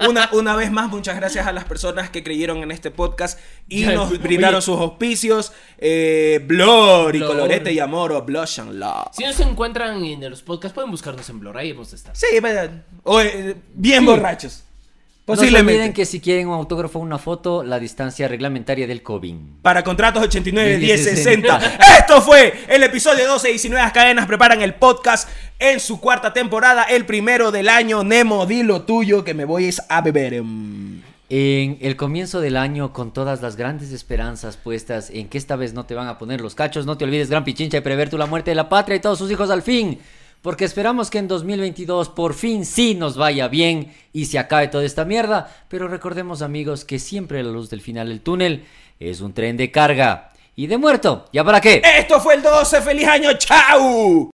[SPEAKER 4] Una, una vez más, muchas gracias a las personas que creyeron en este podcast y
[SPEAKER 3] Ya,
[SPEAKER 4] nos
[SPEAKER 3] oye.
[SPEAKER 4] brindaron sus auspicios. Eh, Blur y
[SPEAKER 3] Blur.
[SPEAKER 4] Colorete y Amor o Blush and Love.
[SPEAKER 3] Si no se encuentran en los podcasts, pueden buscarnos en Blur, ahí hemos de estar.
[SPEAKER 4] Sí, pero- o, eh, bien borrachos.
[SPEAKER 2] No se
[SPEAKER 4] Posiblemente.
[SPEAKER 2] olviden que si quieren un autógrafo o una foto, la distancia reglamentaria del COVID.
[SPEAKER 4] Para contratos 89 10
[SPEAKER 2] 1060.
[SPEAKER 4] 60. Esto fue el episodio 12 y si nuevas cadenas preparan el podcast en su cuarta temporada, el primero del año. Nemo, di lo tuyo que me voy es a beber. em.
[SPEAKER 2] En el comienzo del año, con todas las grandes esperanzas puestas en que esta vez no te van a poner los cachos, no te olvides, gran pichincha, de prever tú la muerte de la patria y todos sus hijos al fin. Porque esperamos que en 2022 por fin sí nos vaya bien y se acabe toda esta mierda. Pero recordemos, amigos, que siempre la luz del final del túnel es un tren de carga y de muerto. ¿Ya para qué?
[SPEAKER 4] Esto fue el 12, feliz año, chao.